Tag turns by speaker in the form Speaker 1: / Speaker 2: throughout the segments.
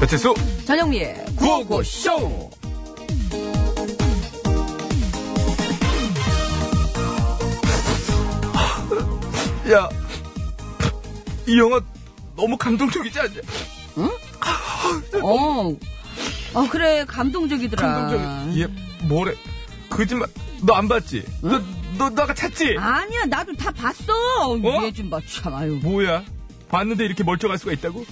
Speaker 1: 배칠수
Speaker 2: 전영미의
Speaker 1: 구호구쇼 야, 이 영화 너무 감동적이지 않냐?
Speaker 2: 어. 어, 그래, 감동적이더라. 아.
Speaker 1: 감동적이. 얘 뭐래? 거짓말. 너 안 봤지? 너, 너, 너 아까 찾지?
Speaker 2: 아니야, 나도 다 봤어.
Speaker 1: 어?
Speaker 2: 얘 좀 봐, 참, 아유.
Speaker 1: 뭐야? 봤는데 이렇게 멀쩡할 수가 있다고?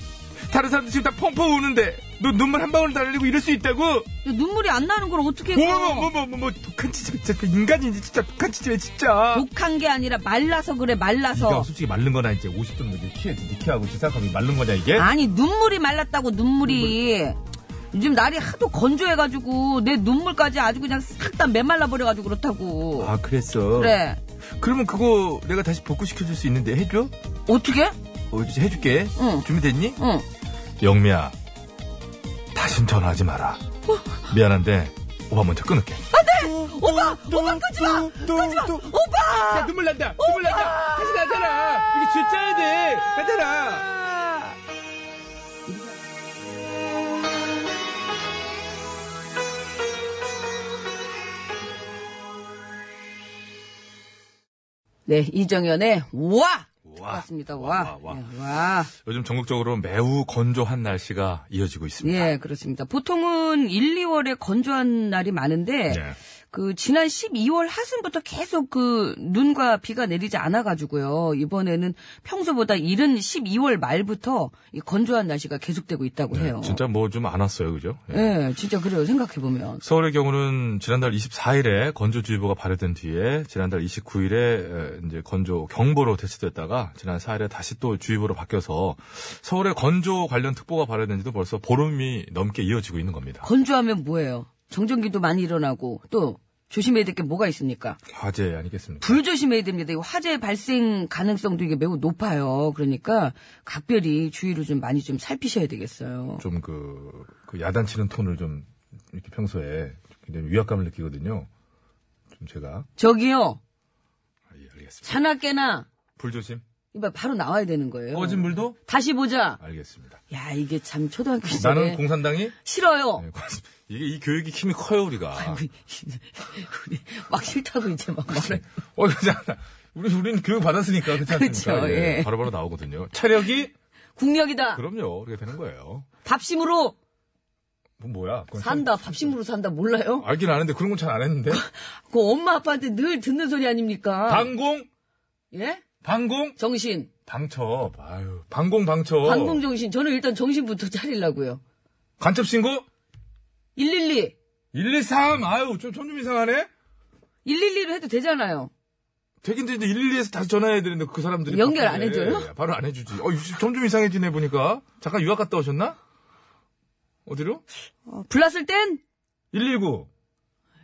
Speaker 1: 다른 사람들 지금 다 펑펑 우는데 너 눈물 한 방울 달리고 이럴 수 있다고?
Speaker 2: 야, 눈물이 안 나는 걸 어떻게
Speaker 1: 뭐뭐뭐뭐뭐 독한 지집에 진짜 그 인간인지 진짜 독한 지집에 진짜
Speaker 2: 독한 게 아니라 말라서 그래,
Speaker 1: 네가
Speaker 2: 말라서.
Speaker 1: 솔직히 마른 거나 이제 50도는 이제 키에 니키하고 지금 생각하면 마른 거냐 이게?
Speaker 2: 아니, 눈물이 말랐다고, 눈물이. 요즘 날이 하도 건조해가지고, 내 눈물까지 아주 그냥 싹 다 메말라버려가지고 그렇다고.
Speaker 1: 아 그랬어
Speaker 2: 그래.
Speaker 1: 그러면 그거 내가 다시 복구시켜줄 수 있는데 해줘?
Speaker 2: 어떻게?
Speaker 1: 어 이제 해줄게
Speaker 2: 응.
Speaker 1: 준비됐니?
Speaker 2: 응.
Speaker 1: 영미야 다신 전화하지 마라 미안한데 오빠 먼저 끊을게
Speaker 2: 오빠! 오빠 끄지 마! 끄지 마! 오빠!
Speaker 1: 야, 눈물 난다 눈물 난다 다시 나잖아 이게 진짜야 돼 나잖아
Speaker 2: 네, 이정현의 와!
Speaker 1: 와.
Speaker 2: 맞습니다,
Speaker 1: 와,
Speaker 2: 와.
Speaker 1: 와.
Speaker 2: 예, 와.
Speaker 1: 요즘 전국적으로 매우 건조한 날씨가 이어지고 있습니다
Speaker 2: 예, 그렇습니다. 보통은 1, 2월에 건조한 날이 많은데,
Speaker 1: 네.
Speaker 2: 그, 지난 12월 하순부터 계속 그, 눈과 비가 내리지 않아가지고요. 이번에는 평소보다 이른 12월 말부터 이 건조한 날씨가 계속되고 있다고 해요.
Speaker 1: 진짜 뭐 좀 안 왔어요 그죠? 예.
Speaker 2: 예, 진짜 그래요. 생각해보면.
Speaker 1: 서울의 경우는 지난달 24일에 건조주의보가 발효된 뒤에 지난달 29일에 이제 건조 경보로 대체됐다가 지난 4일에 다시 또 주의보로 바뀌어서 서울의 건조 관련 특보가 발효된 지도 벌써 보름이 넘게 이어지고 있는 겁니다.
Speaker 2: 건조하면 뭐예요? 정전기도 많이 일어나고, 또, 조심해야 될 게 뭐가 있습니까?
Speaker 1: 화재 아니겠습니까?
Speaker 2: 불 조심해야 됩니다. 이 화재 발생 가능성도 이게 매우 높아요. 그러니까 각별히 주의를 좀 많이 좀 살피셔야 되겠어요.
Speaker 1: 좀 그 야단치는 톤을 좀 이렇게 평소에 굉장히 위압감을 느끼거든요. 좀 제가
Speaker 2: 저기요,
Speaker 1: 아, 예, 알겠습니다.
Speaker 2: 차나 깨나
Speaker 1: 불조심.
Speaker 2: 이봐 바로 나와야 되는 거예요.
Speaker 1: 꺼진 물도
Speaker 2: 다시 보자.
Speaker 1: 알겠습니다.
Speaker 2: 야 이게 참 초등학교 시절에
Speaker 1: 나는 공산당이
Speaker 2: 싫어요.
Speaker 1: 네, 고맙습니다. 이게 이 교육이 힘이 커요 우리가.
Speaker 2: 우리, 우리 막 싫다고 이제 막 말해.
Speaker 1: 어, 그렇잖아. 우리, 우린 교육 받았으니까, 그렇지 않습니까?
Speaker 2: 그렇죠, 예.
Speaker 1: 바로바로 나오거든요. 체력이?
Speaker 2: 국력이다.
Speaker 1: 그럼요. 그렇게 되는 거예요.
Speaker 2: 밥심으로
Speaker 1: 뭐, 뭐야. 그건
Speaker 2: 산다. 밥심으로 산다. 몰라요?
Speaker 1: 참- 알긴 아는데, 그런 건 잘 안 했는데.
Speaker 2: 그 엄마 아빠한테 늘 듣는 소리 아닙니까?
Speaker 1: 방공?
Speaker 2: 예?
Speaker 1: 방공?
Speaker 2: 정신.
Speaker 1: 방첩. 아유, 방공, 방첩.
Speaker 2: 방공 정신. 저는 일단 정신부터 차리려고요.
Speaker 1: 간첩신고?
Speaker 2: 112.
Speaker 1: 113. 아유, 좀, 좀, 좀 이상하네?
Speaker 2: 112로 해도 되잖아요.
Speaker 1: 되긴 되는데, 112에서 다시 전화해야 되는데, 그 사람들이.
Speaker 2: 연결
Speaker 1: 바쁜데.
Speaker 2: 안 해줘요?
Speaker 1: 예, 바로 안 해주지. 어, 요즘 점점 이상해지네, 보니까. 잠깐 유학 갔다 오셨나? 어디로?
Speaker 2: 불났을 땐?
Speaker 1: 119.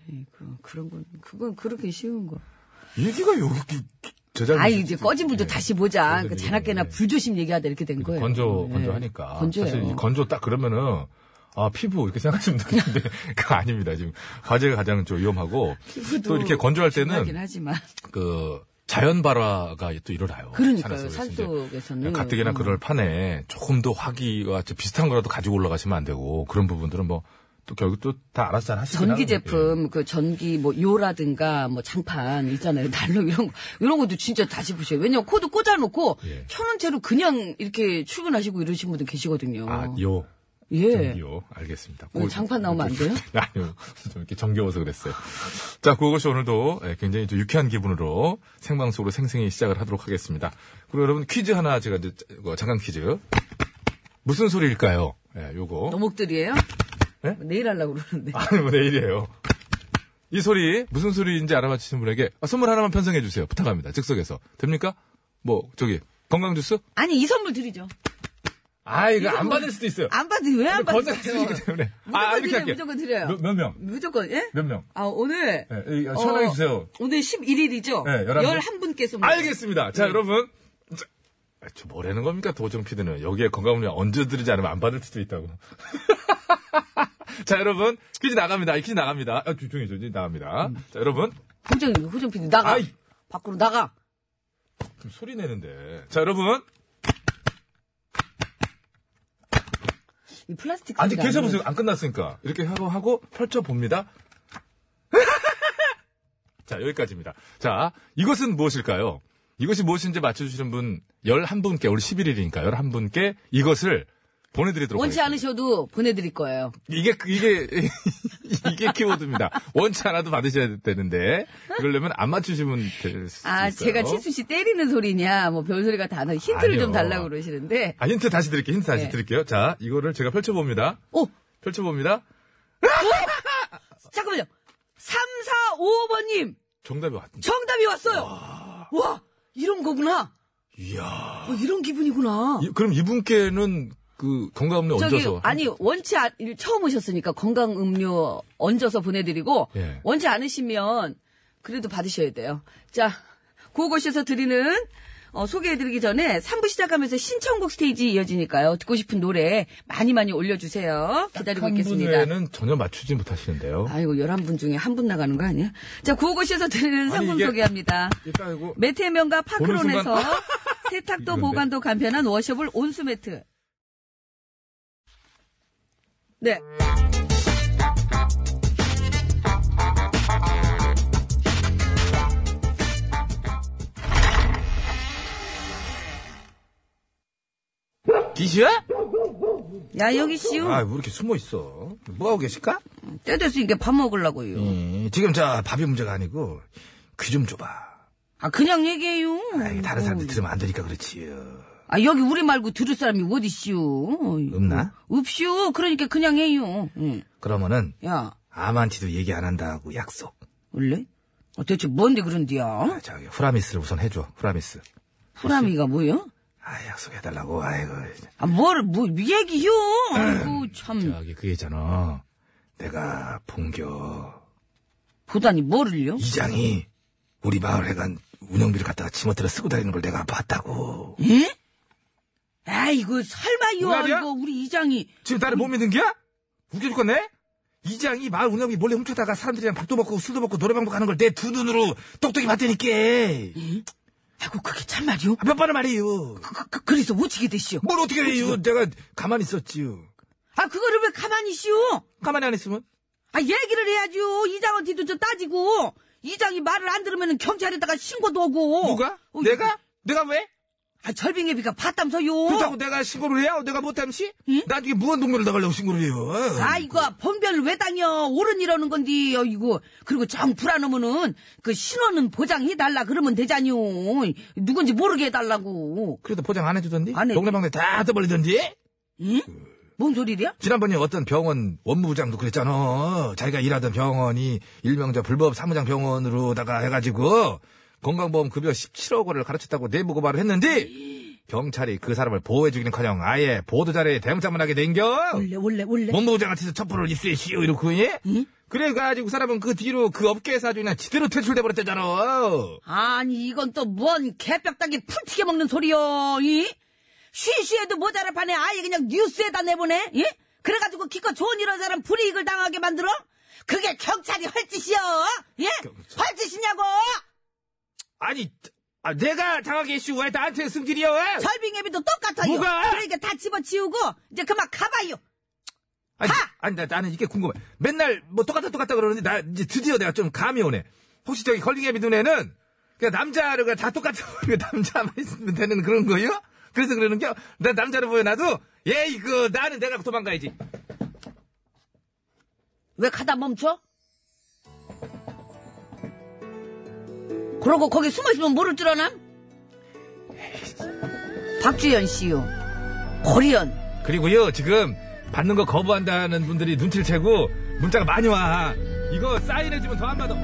Speaker 2: 이그 그런 건, 그건 그렇게 쉬운 거.
Speaker 1: 얘기가 여기, 저장.
Speaker 2: 아이, 이제 꺼진
Speaker 1: 예.
Speaker 2: 분도 다시 보자. 그
Speaker 1: 네.
Speaker 2: 자나깨나 불조심 얘기하다 이렇게 된 거예요.
Speaker 1: 건조
Speaker 2: 예.
Speaker 1: 건조하니까
Speaker 2: 건조해요. 어,
Speaker 1: 사실 이 건조 딱 그러면은 아 피부 이렇게 생각하시면 되는데 그 아닙니다 지금 화재가 가장 좀 위험하고
Speaker 2: 피부도
Speaker 1: 또 이렇게 건조할
Speaker 2: 하긴
Speaker 1: 때는
Speaker 2: 하지만.
Speaker 1: 그 자연 발화가 또 일어나요.
Speaker 2: 그러니까요.
Speaker 1: 산에서.
Speaker 2: 산
Speaker 1: 그래서 이제
Speaker 2: 속에서는. 음,
Speaker 1: 가뜩이나 그럴 판에 조금 더 화기와 좀 비슷한 거라도 가지고 올라가시면 안 되고 그런 부분들은 뭐 또 결국 또 다 알아서 잘 예. 하시긴
Speaker 2: 전기
Speaker 1: 하는데.
Speaker 2: 제품, 그 전기 뭐 요라든가 뭐 장판 있잖아요. 난로 이런 거. 이런 것도 진짜 다시 보셔요. 왜냐면 코드 꽂아놓고
Speaker 1: 예.
Speaker 2: 켜놓은 채로 그냥 이렇게 출근하시고 이러신 분들 계시거든요.
Speaker 1: 아, 요.
Speaker 2: 예.
Speaker 1: 전기요. 알겠습니다.
Speaker 2: 오늘 장판 나오면 안 돼요?
Speaker 1: 아니요. 좀 이렇게 정겨워서 그랬어요. 자, 그것이 오늘도 예, 굉장히 좀 유쾌한 기분으로 생방송으로 생생히 시작을 하도록 하겠습니다. 그리고 여러분 퀴즈 하나 제가 이제 짜- 어, 잠깐 퀴즈. 무슨 소리일까요? 예, 요거.
Speaker 2: 너목들이에요?
Speaker 1: 예?
Speaker 2: 내일 하려고 그러는데.
Speaker 1: 아니, 뭐 내일이에요. 이 소리, 무슨 소리인지 알아맞히신 분에게 아, 선물 하나만 편성해 주세요. 부탁합니다. 즉석에서. 됩니까? 뭐, 저기, 건강주스?
Speaker 2: 아니, 이 선물 드리죠.
Speaker 1: 아, 이거 안
Speaker 2: 선물-
Speaker 1: 받을 수도 있어요.
Speaker 2: 안 받으, 왜안 받으
Speaker 1: 건강 쓰기 때문에.
Speaker 2: 무조건
Speaker 1: 아, 이렇게
Speaker 2: 드려요,
Speaker 1: 할게.
Speaker 2: 무조건 드려요.
Speaker 1: 몇, 몇 명?
Speaker 2: 무조건, 예?
Speaker 1: 몇 명?
Speaker 2: 아, 오늘.
Speaker 1: 예, 예,
Speaker 2: 어,
Speaker 1: 전화해 주세요.
Speaker 2: 오늘 11일이죠?
Speaker 1: 네, 11
Speaker 2: 분께서 뭐
Speaker 1: 알겠습니다. 자, 여러분. 자, 아, 저 뭐라는 겁니까, 도정 PD는. 여기에 건강음료 얹어 드리지 않으면 안 받을 수도 있다고. 자, 여러분. 퀴즈 나갑니다. 이 퀴즈 나갑니다. 아, 조용히 해줘. 이제 나갑니다. 자, 여러분.
Speaker 2: 호정, 호정 PD 나가.
Speaker 1: 아이.
Speaker 2: 밖으로 나가.
Speaker 1: 좀 소리 내는데. 자, 여러분.
Speaker 2: 이 플라스틱
Speaker 1: 아직
Speaker 2: 소리가
Speaker 1: 계셔
Speaker 2: 아니에요.
Speaker 1: 보세요. 안 끝났으니까. 이렇게 하고 하고 펼쳐 봅니다. 자, 여기까지입니다. 자, 이것은 무엇일까요? 이것이 무엇인지 맞춰 주시는 분 11분께 오늘 11일이니까 11분께 이것을 보내 드리도록
Speaker 2: 원치
Speaker 1: 하겠습니다.
Speaker 2: 않으셔도 보내드릴 거예요.
Speaker 1: 이게 이게 이게 키워드입니다. 원치 않아도 받으셔야 되는데 그러려면 안 맞추시면 될 수 있어요.
Speaker 2: 아, 제가 치수 씨 때리는 소리냐, 뭐 별소리가 다 나. 힌트를
Speaker 1: 아니요.
Speaker 2: 좀 달라고 그러시는데.
Speaker 1: 아, 힌트 다시 드릴게요. 힌트 다시
Speaker 2: 네.
Speaker 1: 드릴게요. 자, 이거를 제가 펼쳐 봅니다.
Speaker 2: 오!
Speaker 1: 펼쳐 봅니다.
Speaker 2: 잠깐만요. 3, 4, 5번님!
Speaker 1: 정답이 왔다.
Speaker 2: 정답이 왔어요!
Speaker 1: 아.
Speaker 2: 와, 이런 거구나!
Speaker 1: 이야.
Speaker 2: 어, 이런 기분이구나.
Speaker 1: 이- 그럼 이분께는 그 건강음료
Speaker 2: 저기,
Speaker 1: 얹어서
Speaker 2: 아니, 원치 않, 처음 오셨으니까 건강 음료 얹어서 보내드리고,
Speaker 1: 예.
Speaker 2: 원치 않으시면 그래도 받으셔야 돼요. 자, 고고쇼에서 드리는 어, 소개해드리기 전에 3부 시작하면서 신청곡 스테이지 이어지니까요. 듣고 싶은 노래 많이 많이 올려주세요. 기다리고
Speaker 1: 한
Speaker 2: 있겠습니다.
Speaker 1: 분에는 전혀 맞추지 못하시는데요.
Speaker 2: 아이고, 11분 중에 한 분 나가는 거 아니야? 자, 고고쇼에서 드리는
Speaker 1: 아니,
Speaker 2: 상품
Speaker 1: 이게-
Speaker 2: 소개합니다.
Speaker 1: 일단 이거
Speaker 2: 매트의 명가 파크론에서
Speaker 1: 보는 순간- 아!
Speaker 2: 세탁도
Speaker 1: 이건데.
Speaker 2: 보관도 간편한 워셔블 온수매트. 네.
Speaker 1: 기시야?
Speaker 2: 야, 여기 씨우.
Speaker 1: 아, 왜 이렇게 숨어 있어? 뭐 하고 계실까?
Speaker 2: 때 돼서 이게 밥 먹으려고요.
Speaker 1: 예, 지금 자 밥이 문제가 아니고 귀 좀 줘봐.
Speaker 2: 아, 그냥 얘기해요.
Speaker 1: 아이, 다른 사람들 들으면 안 되니까 그렇지요.
Speaker 2: 아, 여기 우리 말고 들을 사람이 어디 씨우.
Speaker 1: 없나?
Speaker 2: 없슈. 그러니까 그냥 해요. 응.
Speaker 1: 그러면은
Speaker 2: 야,
Speaker 1: 아만티도 얘기 안 한다고 약속.
Speaker 2: 원래? 어, 대체 뭔데 그런디야?
Speaker 1: 아, 저기 후라미스를 우선 해줘. 후라미스.
Speaker 2: 후라미가 뭐야?
Speaker 1: 아 약속해달라고. 아이고.
Speaker 2: 아, 뭘, 뭐, 얘기해요. 아이고, 참.
Speaker 1: 저기 그게 있잖아. 내가 본겨
Speaker 2: 보다니 뭐를요?
Speaker 1: 이장이 우리 마을 회관 운영비를 갖다가 지멋대로 쓰고 다니는 걸 내가 봤다고.
Speaker 2: 에? 아이고 설마요
Speaker 1: 정답이야?
Speaker 2: 이거 우리 이장이
Speaker 1: 지금 나를 못 믿는 게야? 웃겨 죽겠네? 이장이 마을 운영비 몰래 훔쳐다가 사람들이랑 밥도 먹고 술도 먹고 노래방도 가는 걸 내 두 눈으로 똑똑히 봤다니까.
Speaker 2: 아이고 그게 참말이요
Speaker 1: 몇 번을 말이에요.
Speaker 2: 그, 그, 그래서 못치게 되시오
Speaker 1: 뭘 어떻게 해요? 내가 가만히 있었지요.
Speaker 2: 아 그거를 왜 가만히 있시오
Speaker 1: 가만히 안 있으면?
Speaker 2: 아 얘기를 해야죠 이장한테도 좀 따지고 이장이 말을 안 들으면 경찰에다가 신고도 오고
Speaker 1: 누가?
Speaker 2: 어,
Speaker 1: 내가? 내가 왜?
Speaker 2: 아 절빙애비가 봤다면서요
Speaker 1: 그렇다고 내가 신고를 해야 내가 못함시? 나중에 무한동료를 나가려고 신고를 해요.
Speaker 2: 아이고 범변을 왜 당여 옳은 이러는 건디 어, 이거 그리고 정 불안하면은 그 신원은 보장해달라 그러면 되잖요 누군지 모르게 해달라고
Speaker 1: 그래도 포장 안 해주던디?
Speaker 2: 안 해.
Speaker 1: 동네방네 다 떠벌리던디?
Speaker 2: 뭔 소리야
Speaker 1: 지난번에 어떤 병원 원무부장도 그랬잖아. 자기가 일하던 병원이 일명자 불법 사무장 병원으로다가 해가지고 건강보험 급여 17억 원을 가르쳤다고 내부 고발을 했는데 경찰이 그 사람을 보호해주기는커녕 아예 보도자료에 대응자문하게 된겨.
Speaker 2: 원래 원래 원래
Speaker 1: 원무부장한테서 첩보를 입수했시오 이렇고 예? 그래가지고 그 사람은 그 뒤로 그 업계에서 아주 그냥 지대로 퇴출돼 버렸대잖아.
Speaker 2: 아니 이건 또 뭔 개벽당이 풀튀겨 먹는 소리요 이? 쉬쉬해도 모자랄 판에 아예 그냥 뉴스에다 내보내 예? 그래가지고 기껏 좋은 이런 사람 불이익을 당하게 만들어? 그게 경찰이 할 짓이여 예?
Speaker 1: 경찰.
Speaker 2: 할 짓이냐고
Speaker 1: 아니 아, 내가 당하게 했슈 왜 나한테 아, 승질이야?
Speaker 2: 절빙애비도 똑같아요
Speaker 1: 뭐가?
Speaker 2: 그러니까 다 집어치우고 이제 그만 가봐요
Speaker 1: 아니,
Speaker 2: 하!
Speaker 1: 아니 나, 나는 이게 궁금해. 맨날 뭐 똑같다 똑같다 그러는데 나 이제 드디어 내가 좀 감이 오네. 혹시 저기 컬링애비 눈에는 그냥 남자를 그냥 다 똑같아 보이고 남자만 있으면 되는 그런 거예요? 그래서 그러는 게, 난 남자로 보여놔도, 예, 이거, 나는 내가 도망가야지.
Speaker 2: 왜 가다 멈춰? 그러고 거기 숨어있으면 모를 줄 아나? 박주현 씨요 고리연
Speaker 1: 그리고요, 지금, 받는 거 거부한다는 분들이 눈치를 채고, 문자가 많이 와. 이거 사인해주면 더 안 받아.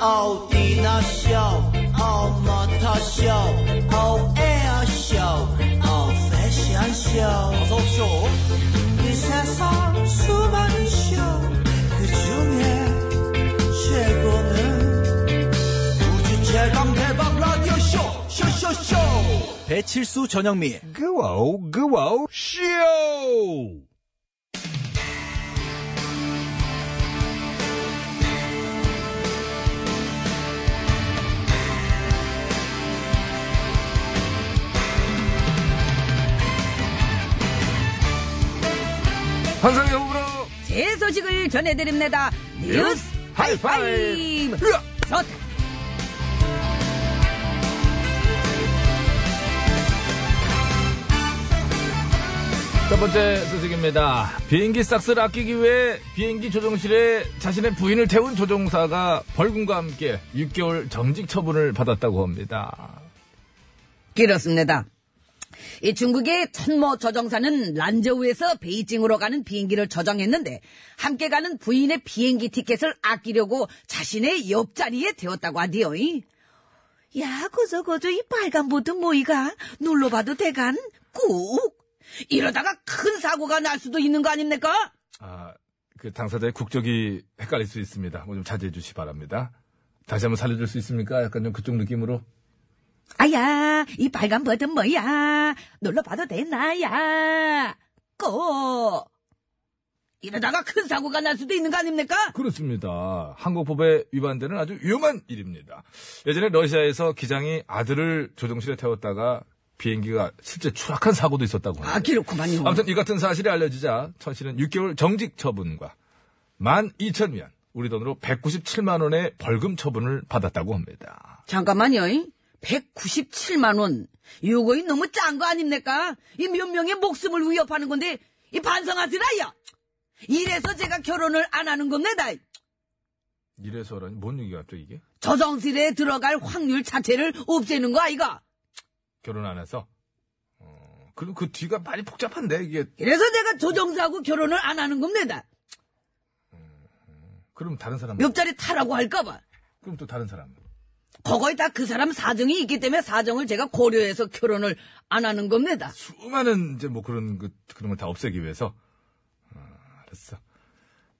Speaker 3: 어디나 쇼 어머터 쇼 어에어 쇼 어패션 쇼 어서 쇼이 세상 수많은 쇼그 중에 최고는 우주 최강 대박 라디오 쇼 쇼쇼쇼 배칠수 전영미
Speaker 1: 그와우, 그와우, 쇼! 환상의 호불호
Speaker 2: 제 소식을 전해드립니다. 뉴스 하이파이브.
Speaker 1: 으아!
Speaker 2: 좋다.
Speaker 1: 첫 번째 소식입니다. 비행기 싹스를 아끼기 위해 비행기 조종실에 자신의 부인을 태운 조종사가 벌금과 함께 6개월 정직 처분을 받았다고 합니다.
Speaker 2: 그렇습니다. 이 중국의 천모 저정사는 란저우에서 베이징으로 가는 비행기를 저정했는데 함께 가는 부인의 비행기 티켓을 아끼려고 자신의 옆자리에 대었다고 하디요. 야, 그저 그저 이 빨간 보드 모이가 눌러봐도 대간 꾹 이러다가 큰 사고가 날 수도 있는 거 아닙니까?
Speaker 1: 아, 그 당사자의 국적이 헷갈릴 수 있습니다. 뭐좀 자제해 주시 기 바랍니다. 다시 한번 살려줄 수 있습니까? 약간 좀 그쪽 느낌으로.
Speaker 2: 아야, 이 빨간 버은 뭐야? 눌러봐도 되나야? 꼬! 이러다가 큰 사고가 날 수도 있는 거 아닙니까?
Speaker 1: 그렇습니다. 한국법에 위반되는 아주 위험한 일입니다. 예전에 러시아에서 기장이 아들을 조종실에 태웠다가 비행기가 실제 추락한 사고도 있었다고 합니다.
Speaker 2: 아, 그렇구만요.
Speaker 1: 아무튼 이 같은 사실이 알려지자 천 씨는 6개월 정직 처분과 12,000위안, 우리 돈으로 197만 원의 벌금 처분을 받았다고 합니다.
Speaker 2: 잠깐만요. 이. 197만원. 요거 이 너무 짠 거 아닙니까? 이 몇 명의 목숨을 위협하는 건데, 이 반성하시라요! 이래서 제가 결혼을 안 하는 겁니다.
Speaker 1: 이래서라니 뭔 얘기가 갑자기 이게?
Speaker 2: 저정실에 들어갈 확률 자체를 없애는 거 아이가?
Speaker 1: 결혼 안 해서? 어, 그리고 그 뒤가 많이 복잡한데 이게
Speaker 2: 이래서 제가 조정사하고 결혼을 안 하는 겁니다.
Speaker 1: 그럼 다른 사람
Speaker 2: 옆자리 타라고 할까봐.
Speaker 1: 그럼 또 다른 사람
Speaker 2: 거거에 다 그 사람 사정이 있기 때문에 사정을 제가 고려해서 결혼을 안 하는 겁니다.
Speaker 1: 수많은 이제 뭐 그런 그, 그런 걸 다 없애기 위해서 아, 알았어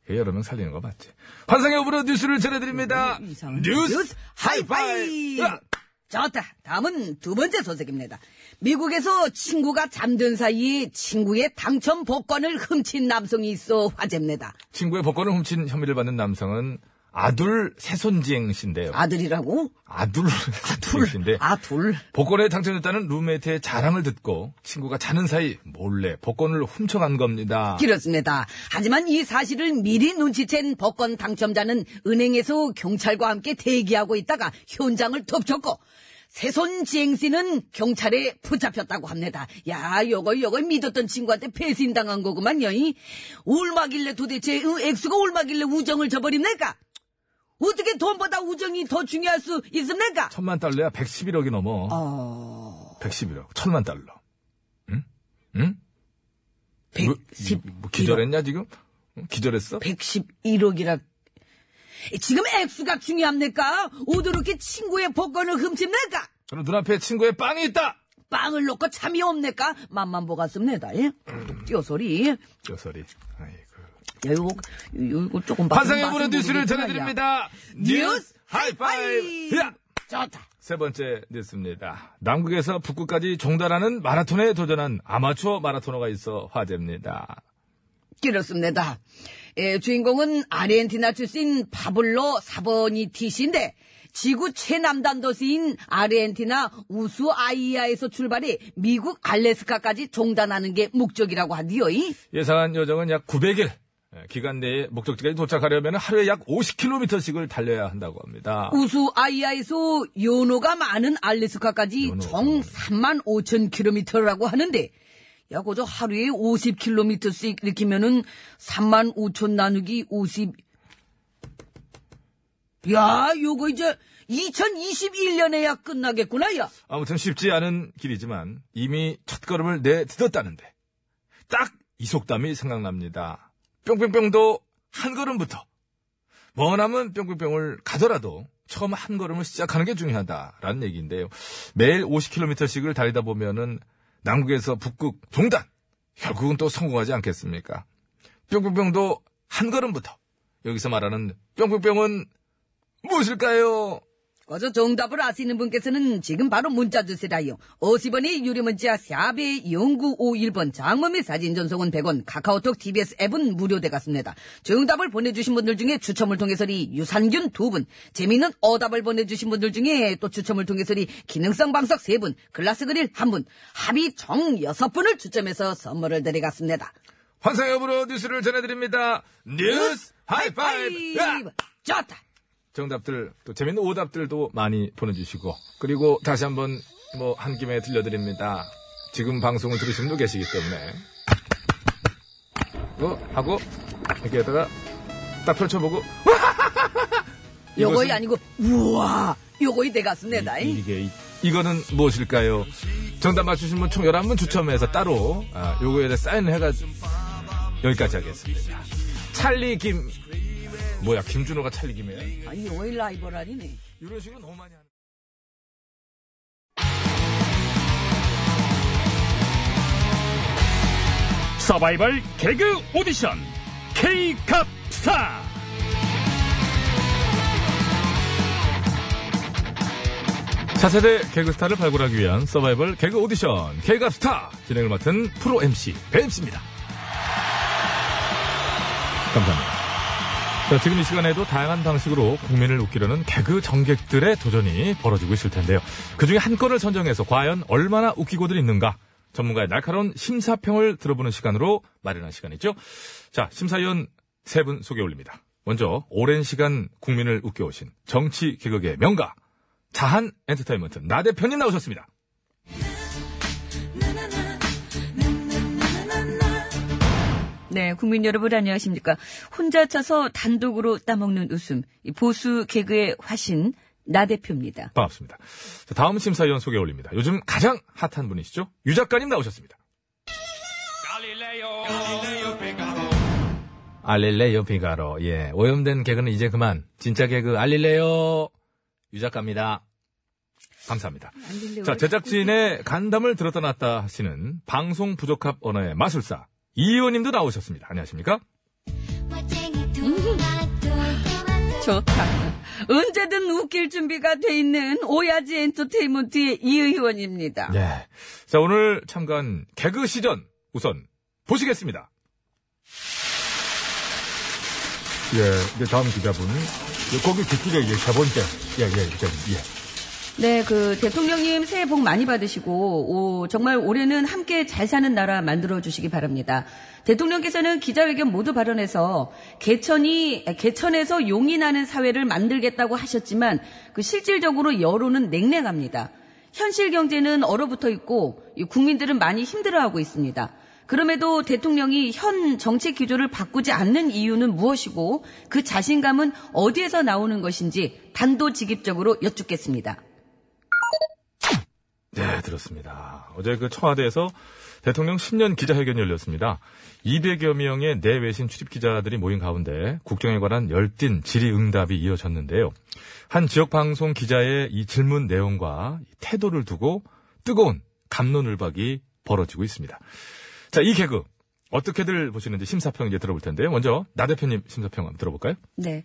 Speaker 1: 그 여러 명 살리는 거 맞지 환상의 오브로 뉴스를 전해드립니다
Speaker 2: 음, 이상한
Speaker 1: 뉴스,
Speaker 2: 뉴스
Speaker 1: 하이파이
Speaker 2: 하이파이브!
Speaker 1: 브
Speaker 2: 좋다. 다음은 두 번째 소식입니다. 미국에서 친구가 잠든 사이 친구의 당첨 복권을 훔친 남성이 있어 화제입니다.
Speaker 1: 친구의 복권을 훔친 혐의를 받는 남성은 아둘 새손지행 씨인데요
Speaker 2: 아들이라고?
Speaker 1: 아둘 새손지행 씨인데
Speaker 2: 아, 둘.
Speaker 1: 복권에 당첨됐다는 룸메이트의 자랑을 듣고 친구가 자는 사이 몰래 복권을 훔쳐간
Speaker 2: 아.
Speaker 1: 겁니다
Speaker 2: 그렇습니다. 하지만 이 사실을 미리 눈치챈 복권 당첨자는 은행에서 경찰과 함께 대기하고 있다가 현장을 덮쳤고 세손 지행씨는 경찰에 붙잡혔다고 합니다. 야, 요거 요거 믿었던 친구한테 배신당한 거구만요. 이. 얼마길래 도대체 그 액수가 얼마길래 우정을 저버립니까? 어떻게 돈보다 우정이 더 중요할 수 있습니까?
Speaker 1: 천만 달러야 111억이 넘어
Speaker 2: 어,
Speaker 1: 111억 천만 달러 응? 응? 뭐,
Speaker 2: 110.
Speaker 1: 뭐 기절했냐 지금? 응? 기절했어?
Speaker 2: 111억이라. 지금 액수가 중요합니까? 오도롭게 친구의 복권을 훔칩니까?
Speaker 1: 그럼 눈앞에 친구의 빵이 있다.
Speaker 2: 빵을 놓고 참이 없니까? 맛만 보겠습니다. 예? 뼈소리. 야,
Speaker 1: 뼈소리. 아이고.
Speaker 2: 요거, 요거 조금
Speaker 1: 환상의
Speaker 2: 맛은
Speaker 1: 오브로 뉴스를
Speaker 2: 모르겠구나, 야.
Speaker 1: 전해드립니다.
Speaker 2: 뉴스
Speaker 1: 뉴스
Speaker 2: 하이파이브.
Speaker 1: 하이파이브. 야!
Speaker 2: 좋다.
Speaker 1: 세 번째 뉴스입니다. 남극에서 북극까지 종단하는 마라톤에 도전한 아마추어 마라토너가 있어 화제입니다.
Speaker 2: 그렇습니다. 예, 주인공은 아르헨티나 출신 파블로 사버니티 씨인데 지구 최남단 도시인 아르헨티나 우수아이아에서 출발해 미국 알래스카까지 종단하는 게 목적이라고 하디요. 이.
Speaker 1: 예상한 여정은 약 900일. 예, 기간 내에 목적지까지 도착하려면 하루에 약 50km씩을 달려야 한다고 합니다.
Speaker 2: 우수 아이아에서 연호가 많은 알래스카까지
Speaker 1: 연호가
Speaker 2: 정 3만 5천 킬로미터라고 하는데 야 그저 하루에 50 킬로미터씩 이렇게면은 3만 5천 나누기 50. 야 요거 이제 2021년에야 끝나겠구나 야.
Speaker 1: 아무튼 쉽지 않은 길이지만 이미 첫걸음을 내딛었다는데 딱 이 속담이 생각납니다. 뿅뿅뿅도 한 걸음부터 뭐하면 뿅뿅뿅을 가더라도 처음 한 걸음을 시작하는 게 중요하다라는 얘기인데요. 매일 50km씩을 달리다 보면은 남극에서 북극 종단 결국은 또 성공하지 않겠습니까? 뿅뿅뿅도 한 걸음부터 여기서 말하는 뿅뿅뿅은 무엇일까요?
Speaker 2: 거저 정답을 아시는 분께서는 지금 바로 문자 주세요. 50원의 유료문자 샵의 0951번 장모 및 사진 전송은 100원 카카오톡 TBS 앱은 무료되갔습니다. 정답을 보내주신 분들 중에 추첨을 통해서리 유산균 2분 재미있는 어답을 보내주신 분들 중에 또 추첨을 통해서리 기능성 방석 3분 글라스 그릴 1분 합의 정 6분을 추첨해서 선물을 드리겠습니다.
Speaker 1: 환상의 여부로 뉴스를 전해드립니다. 뉴스 하이파이브! 야!
Speaker 4: 하이파이브. 좋다.
Speaker 1: 정답들, 또 재밌는 오답들도 많이 보내주시고, 그리고 다시 한번 뭐 한 김에 들려드립니다. 지금 방송을 들으시는 분 계시기 때문에. 어, 하고, 이렇게 하다가 딱 펼쳐보고,
Speaker 4: 요거이
Speaker 1: 이것은-
Speaker 4: 아니고 우와 요거이 대가슴 내다.
Speaker 1: 이- 이게 이- 이거는 무엇일까요? 정답 맞추신 분 총 11분 추첨해서 따로 아, 요거에 대해 사인을 해가지고 여기까지 하겠습니다. 찰리 김 뭐야 김준호가 찰리 김이야?
Speaker 4: 아니 요거이 라이벌 아니네.
Speaker 1: 이런 식으로 너무 많이 하는
Speaker 5: 서바이벌 개그 오디션 K컵 스타
Speaker 1: 차세대 개그스타를 발굴하기 위한 서바이벌 개그 오디션 개갑스타 진행을 맡은 프로 MC 뱀씨입니다. 감사합니다. 자, 지금 이 시간에도 다양한 방식으로 국민을 웃기려는 개그 정객들의 도전이 벌어지고 있을 텐데요. 그중에 한 건을 선정해서 과연 얼마나 웃기고들 있는가 전문가의 날카로운 심사평을 들어보는 시간으로 마련한 시간이죠. 자, 심사위원 세 분 소개 올립니다. 먼저 오랜 시간 국민을 웃겨오신 정치 개그의 명가 자한 엔터테인먼트 나 대표님 나오셨습니다.
Speaker 2: 네, 국민 여러분 안녕하십니까. 혼자 쳐서 단독으로 따먹는 웃음, 이 보수 개그의 화신, 나 대표입니다.
Speaker 1: 반갑습니다. 자, 다음 심사위원 소개 올립니다. 요즘 가장 핫한 분이시죠? 유 작가님 나오셨습니다. 알릴레오 피가로. 예. 오염된 개그는 이제 그만. 진짜 개그 알릴레오 유 작가입니다. 감사합니다. 자, 제작진의 간담을 들었다 놨다 하시는 방송 부적합 언어의 마술사 이 의원님도 나오셨습니다. 안녕하십니까?
Speaker 2: 좋다. 언제든 웃길 준비가 돼 있는 오야지 엔터테인먼트의 이 의원입니다.
Speaker 1: 네. 자, 오늘 참가한 개그 시전 우선 보시겠습니다. 예, 이제 다음 기자분. 거기 뒤쪽에 이제 세 번째. 예, 예, 좀, 예.
Speaker 2: 네, 그 대통령님 새해 복 많이 받으시고 오, 정말 올해는 함께 잘 사는 나라 만들어 주시기 바랍니다. 대통령께서는 기자회견 모두 발언해서 개천이 개천에서 용이 나는 사회를 만들겠다고 하셨지만 그 실질적으로 여론은 냉랭합니다. 현실 경제는 얼어붙어 있고 이 국민들은 많이 힘들어하고 있습니다. 그럼에도 대통령이 현 정책 기조를 바꾸지 않는 이유는 무엇이고 그 자신감은 어디에서 나오는 것인지 단도직입적으로 여쭙겠습니다.
Speaker 1: 네, 들었습니다. 어제 그 청와대에서 대통령 신년 기자회견이 열렸습니다. 200여 명의 내외신 출입 기자들이 모인 가운데 국정에 관한 열띤 질의응답이 이어졌는데요. 한 지역 방송 기자의 이 질문 내용과 이 태도를 두고 뜨거운 감론을박이 벌어지고 있습니다. 자, 이 개그 어떻게들 보시는지 심사평 이제 들어볼 텐데요. 먼저 나 대표님 심사평 한번 들어볼까요?
Speaker 2: 네.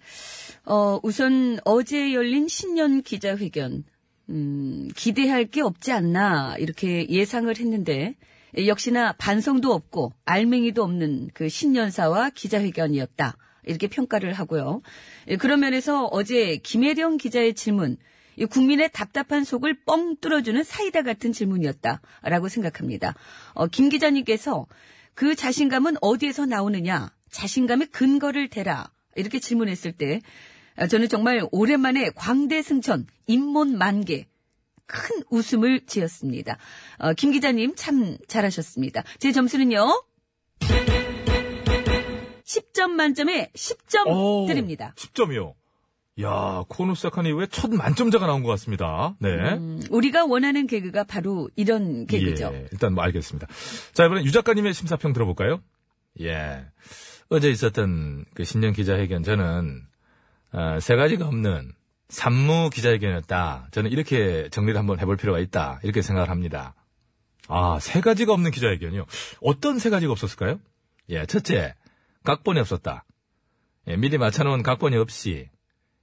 Speaker 2: 어, 우선 어제 열린 신년 기자회견. 음, 기대할 게 없지 않나, 이렇게 예상을 했는데, 예, 역시나 반성도 없고, 알맹이도 없는 그 신년사와 기자회견이었다. 이렇게 평가를 하고요. 예, 그런 면에서 어제 김혜령 기자의 질문, 이 국민의 답답한 속을 뻥 뚫어주는 사이다 같은 질문이었다라고 생각합니다. 어, 김 기자님께서 그 자신감은 어디에서 나오느냐, 자신감의 근거를 대라 이렇게 질문했을 때 아, 저는 정말 오랜만에 광대승천 입문 만개 큰 웃음을 지었습니다. 어, 김 기자님 참 잘하셨습니다. 제 점수는요. 10점 만점에 10점
Speaker 1: 오,
Speaker 2: 드립니다.
Speaker 1: 10점이요. 야, 코너 시작한 이후에 첫 만점자가 나온 것 같습니다. 네.
Speaker 2: 음, 우리가 원하는 개그가 바로 이런 개그죠.
Speaker 1: 예, 일단 뭐 알겠습니다. 자, 이번엔 유 작가님의 심사평 들어볼까요? 예. 어제 있었던 그 신년 기자회견 저는 어, 세 가지가 없는 산무 기자회견이었다. 저는 이렇게 정리를 한번 해볼 필요가 있다. 이렇게 생각을 합니다. 아, 세 가지가 없는 기자회견이요. 어떤 세 가지가 없었을까요? 예, 첫째, 각본이 없었다. 예, 미리 맞춰놓은 각본이 없이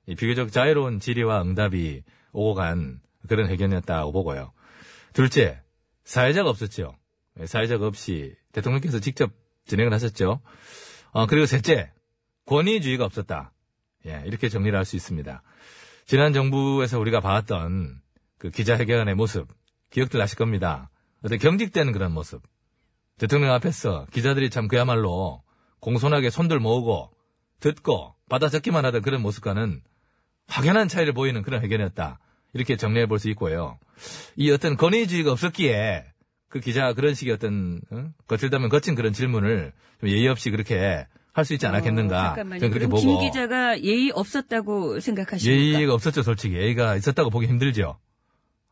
Speaker 1: 이 비교적 자유로운 질의와 응답이 오고 간 그런 회견이었다고 보고요. 둘째, 사회자가 없었죠. 예, 사회자가 없이 대통령께서 직접 진행을 하셨죠. 어, 그리고 셋째, 권위주의가 없었다. 예, 이렇게 정리를 할 수 있습니다. 지난 정부에서 우리가 봐왔던 그 기자회견의 모습, 기억들 나실 겁니다. 어떤 경직된 그런 모습. 대통령 앞에서 기자들이 참 그야말로 공손하게 손들 모으고 듣고 받아 적기만 하던 그런 모습과는 확연한 차이를 보이는 그런 회견이었다. 이렇게 정리해 볼 수 있고요. 이 어떤 권위주의가 없었기에 그 기자가 그런 식의 어떤 어? 거칠다면 거친 그런 질문을 좀 예의 없이 그렇게 할 수 있지 않았겠는가.
Speaker 2: 어, 잠깐만요.
Speaker 1: 저는 그렇게
Speaker 2: 그럼
Speaker 1: 보고
Speaker 2: 김 기자가 예의 없었다고 생각하십니까?
Speaker 1: 예의가 없었죠, 솔직히. 예의가 있었다고 보기 힘들죠.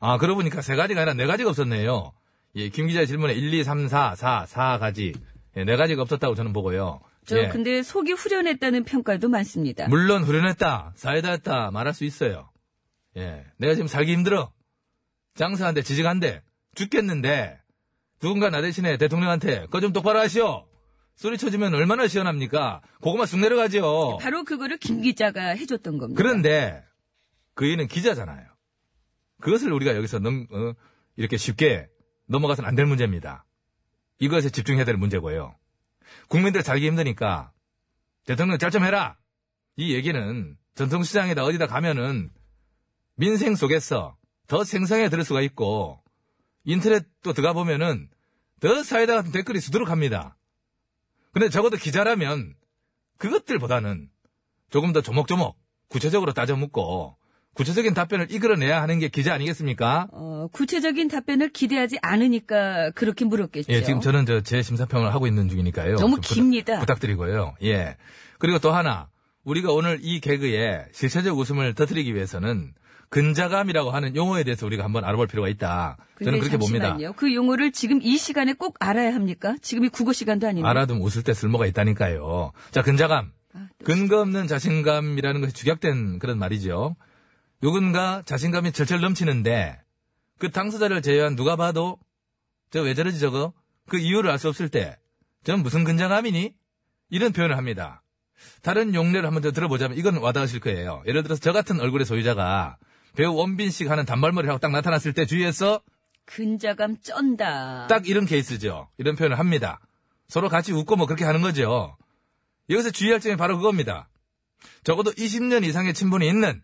Speaker 1: 아, 그러고 보니까 세 가지가 아니라 네 가지가 없었네요. 예, 김 기자의 질문에 1, 2, 3, 4, 4, 4가지. 예, 네 가지가 없었다고 저는 보고요.
Speaker 2: 저
Speaker 1: 예.
Speaker 2: 근데 속이 후련했다는 평가도 많습니다.
Speaker 1: 물론 후련했다, 사이다였다 말할 수 있어요. 예, 내가 지금 살기 힘들어. 장사한데 지직한데 죽겠는데 누군가 나 대신에 대통령한테 그거 좀 똑바로 하시오. 소리 쳐주면 얼마나 시원합니까? 고구마 쑥 내려가지요.
Speaker 2: 바로 그거를 김 기자가 해줬던 겁니다.
Speaker 1: 그런데 그 이는 기자잖아요. 그것을 우리가 여기서 넘, 어, 이렇게 쉽게 넘어가서는 안 될 문제입니다. 이것에 집중해야 될 문제고요. 국민들 살기 힘드니까 대통령 짤 좀 해라. 이 얘기는 전통시장에다 어디다 가면은 민생 속에서 더 생생하게 들을 수가 있고 인터넷 또 들어가 보면은 더 사이다 같은 댓글이 수두룩합니다. 근데 적어도 기자라면 그것들보다는 조금 더 조목조목 구체적으로 따져 묻고 구체적인 답변을 이끌어내야 하는 게 기자 아니겠습니까?
Speaker 2: 어, 구체적인 답변을 기대하지 않으니까 그렇게 물었겠죠.
Speaker 1: 예, 지금 저는 저 제 심사평을 하고 있는 중이니까요.
Speaker 2: 너무
Speaker 1: 좀 부탁-
Speaker 2: 깁니다.
Speaker 1: 부탁드리고요. 예. 그리고 또 하나, 우리가 오늘 이 개그에 실체적 웃음을 터뜨리기 위해서는 근자감이라고 하는 용어에 대해서 우리가 한번 알아볼 필요가 있다. 저는
Speaker 2: 근데
Speaker 1: 그렇게 봅니다.
Speaker 2: 잠시만요. 그 용어를 지금 이 시간에 꼭 알아야 합니까? 지금이 국어 시간도 아닌데.
Speaker 1: 알아두면 웃을 때 쓸모가 있다니까요. 자, 근자감.
Speaker 2: 아, 또
Speaker 1: 그렇죠. 근거 없는 자신감이라는 것이 축약된 그런 말이죠. 요근가 자신감이 절절 넘치는데 그 당사자를 제외한 누가 봐도 저 왜 저러지 저거 그 이유를 알 수 없을 때 저는 무슨 근자감이니 이런 표현을 합니다. 다른 용례를 한번 더 들어보자면 이건 와닿으실 거예요. 예를 들어서 저 같은 얼굴의 소유자가 배우 원빈 씨가 하는 단발머리를 하고 딱 나타났을 때 주위에서
Speaker 2: 근자감 쩐다.
Speaker 1: 딱 이런 케이스죠. 이런 표현을 합니다. 서로 같이 웃고 뭐 그렇게 하는 거죠. 여기서 주의할 점이 바로 그겁니다. 적어도 20년 이상의 친분이 있는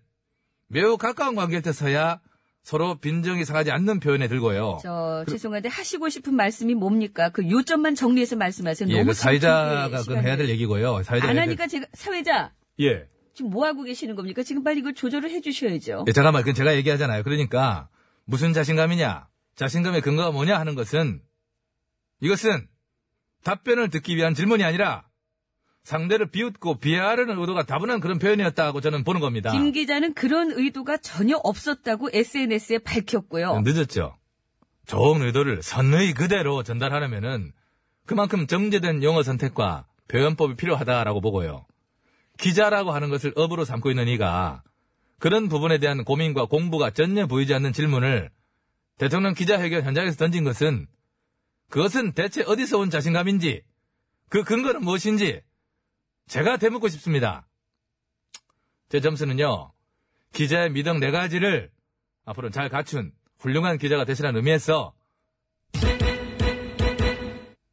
Speaker 1: 매우 가까운 관계일 때서야 서로 빈정이 상하지 않는 표현에 들고요.
Speaker 2: 저 죄송한데 하시고 싶은 말씀이 뭡니까? 그 요점만 정리해서 말씀하세요.
Speaker 1: 예,
Speaker 2: 너무
Speaker 1: 그 사회자가
Speaker 2: 지금
Speaker 1: 그건 해야 될 얘기고요. 사회자가
Speaker 2: 안
Speaker 1: 해야 될-
Speaker 2: 하니까 제가 사회자
Speaker 1: 예.
Speaker 2: 지금 뭐 하고 계시는 겁니까? 지금 빨리 이걸 조절을 해주셔야죠.
Speaker 1: 예, 잠깐만, 그건 제가 얘기하잖아요. 그러니까, 무슨 자신감이냐, 자신감의 근거가 뭐냐 하는 것은, 이것은 답변을 듣기 위한 질문이 아니라, 상대를 비웃고 비하하려는 의도가 다분한 그런 표현이었다고 저는 보는 겁니다.
Speaker 2: 김 기자는 그런 의도가 전혀 없었다고 SNS에 밝혔고요.
Speaker 1: 네, 늦었죠? 좋은 의도를 선의 그대로 전달하려면은, 그만큼 정제된 용어 선택과 표현법이 필요하다라고 보고요. 기자라고 하는 것을 업으로 삼고 있는 이가 그런 부분에 대한 고민과 공부가 전혀 보이지 않는 질문을 대통령 기자회견 현장에서 던진 것은 그것은 대체 어디서 온 자신감인지 그 근거는 무엇인지 제가 되묻고 싶습니다. 제 점수는요. 기자의 미덕 네 가지를 앞으로 잘 갖춘 훌륭한 기자가 되시라는 의미에서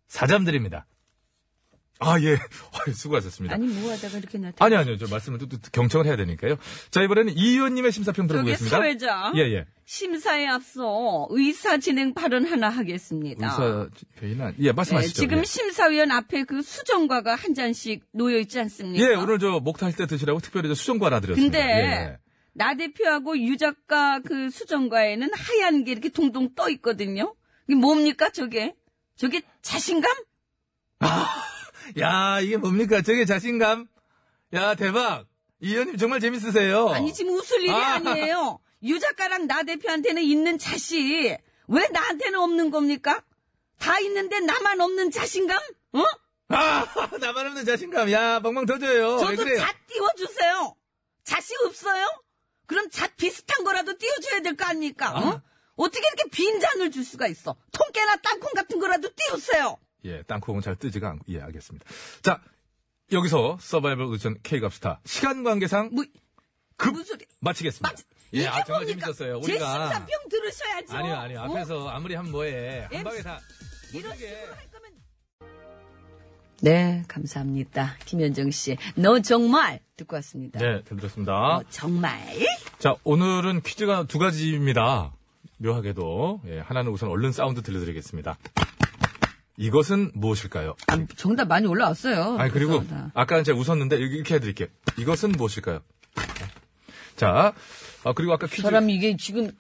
Speaker 1: 4점 드립니다. 아, 예. 아유, 수고하셨습니다.
Speaker 2: 아니 뭐 하다가 이렇게 나타.
Speaker 1: 아니, 아니요. 저 말씀을 또, 또, 또 경청을 해야 되니까요. 자, 이번에는 이 의원님의 심사평
Speaker 2: 저게
Speaker 1: 들어보겠습니다.
Speaker 2: 사회자.
Speaker 1: 예, 예.
Speaker 2: 심사에 앞서 의사 진행 발언 하나 하겠습니다.
Speaker 1: 의사 회의는, 예,
Speaker 2: 아. 네,
Speaker 1: 말씀하시죠.
Speaker 2: 지금
Speaker 1: 예.
Speaker 2: 심사위원 앞에 그 수정과가 한 잔씩 놓여 있지 않습니까?
Speaker 1: 예, 오늘 저 목타실 때 드시라고 특별히 저 수정과 하나 드렸습니다.
Speaker 2: 근데
Speaker 1: 예, 예.
Speaker 2: 나 대표하고 유 작가 그 수정과에는 하얀 게 이렇게 동동 떠 있거든요. 이게 뭡니까 저게? 저게 자신감?
Speaker 1: 야, 이게 뭡니까? 저게 자신감? 야, 대박! 이 의원님 정말 재밌으세요.
Speaker 2: 아니 지금 웃을 일이
Speaker 1: 어. 아.
Speaker 2: 아. 니에요유 작가랑 나 대표한테는 있는 자시 왜 나한테는 없는 겁니까? 다 있는데 나만 없는 자신감? 어?
Speaker 1: 아, 나만 없는 자신감. 야, 방방 터져요. 왜
Speaker 2: 저도
Speaker 1: 그래요?
Speaker 2: 잣 띄워주세요. 잣이 없어요? 그럼 잣 비슷한 거라도 띄워줘야 될 거 아닙니까? 어? 어떻게 이렇게 빈 잔을 줄 수가 있어? 통깨나 땅콩 같은 거라도 띄우세요.
Speaker 1: 예, 땅콩은 잘 뜨지가 않고, 예, 알겠습니다. 자, 여기서 서바이벌 의전 K갑스타. 시간 관계상
Speaker 2: 뭐
Speaker 1: 급
Speaker 2: 무슨 소리?
Speaker 1: 마치겠습니다.
Speaker 2: 맞-
Speaker 1: 예,
Speaker 2: 이게
Speaker 1: 아, 정말
Speaker 2: 뭡니까?
Speaker 1: 재밌었어요.
Speaker 2: 제
Speaker 1: 우리가.
Speaker 2: 심사평 들으셔야죠.
Speaker 1: 아니요, 아니요.
Speaker 2: 어?
Speaker 1: 앞에서 아무리 하면 뭐해. 한
Speaker 2: MC
Speaker 1: 방에 다.
Speaker 2: 이런
Speaker 1: 못하게.
Speaker 2: 식으로 할 거면. 네, 감사합니다. 김현정 씨. 너 정말 듣고 왔습니다.
Speaker 1: 네, 잘 들었습니다.
Speaker 2: 어, 정말.
Speaker 1: 자, 오늘은 퀴즈가 두 가지입니다. 묘하게도. 예, 하나는 우선 얼른 사운드 들려드리겠습니다. 이것은 무엇일까요?
Speaker 2: 아, 정답 많이 올라왔어요.
Speaker 1: 아니 그리고
Speaker 2: 벌써 다.
Speaker 1: 아까 제가 웃었는데 이렇게 이렇게 해드릴게요. 이것은 무엇일까요? 자, 아 그리고 아까 퀴즈.
Speaker 2: 사람이 이게 지금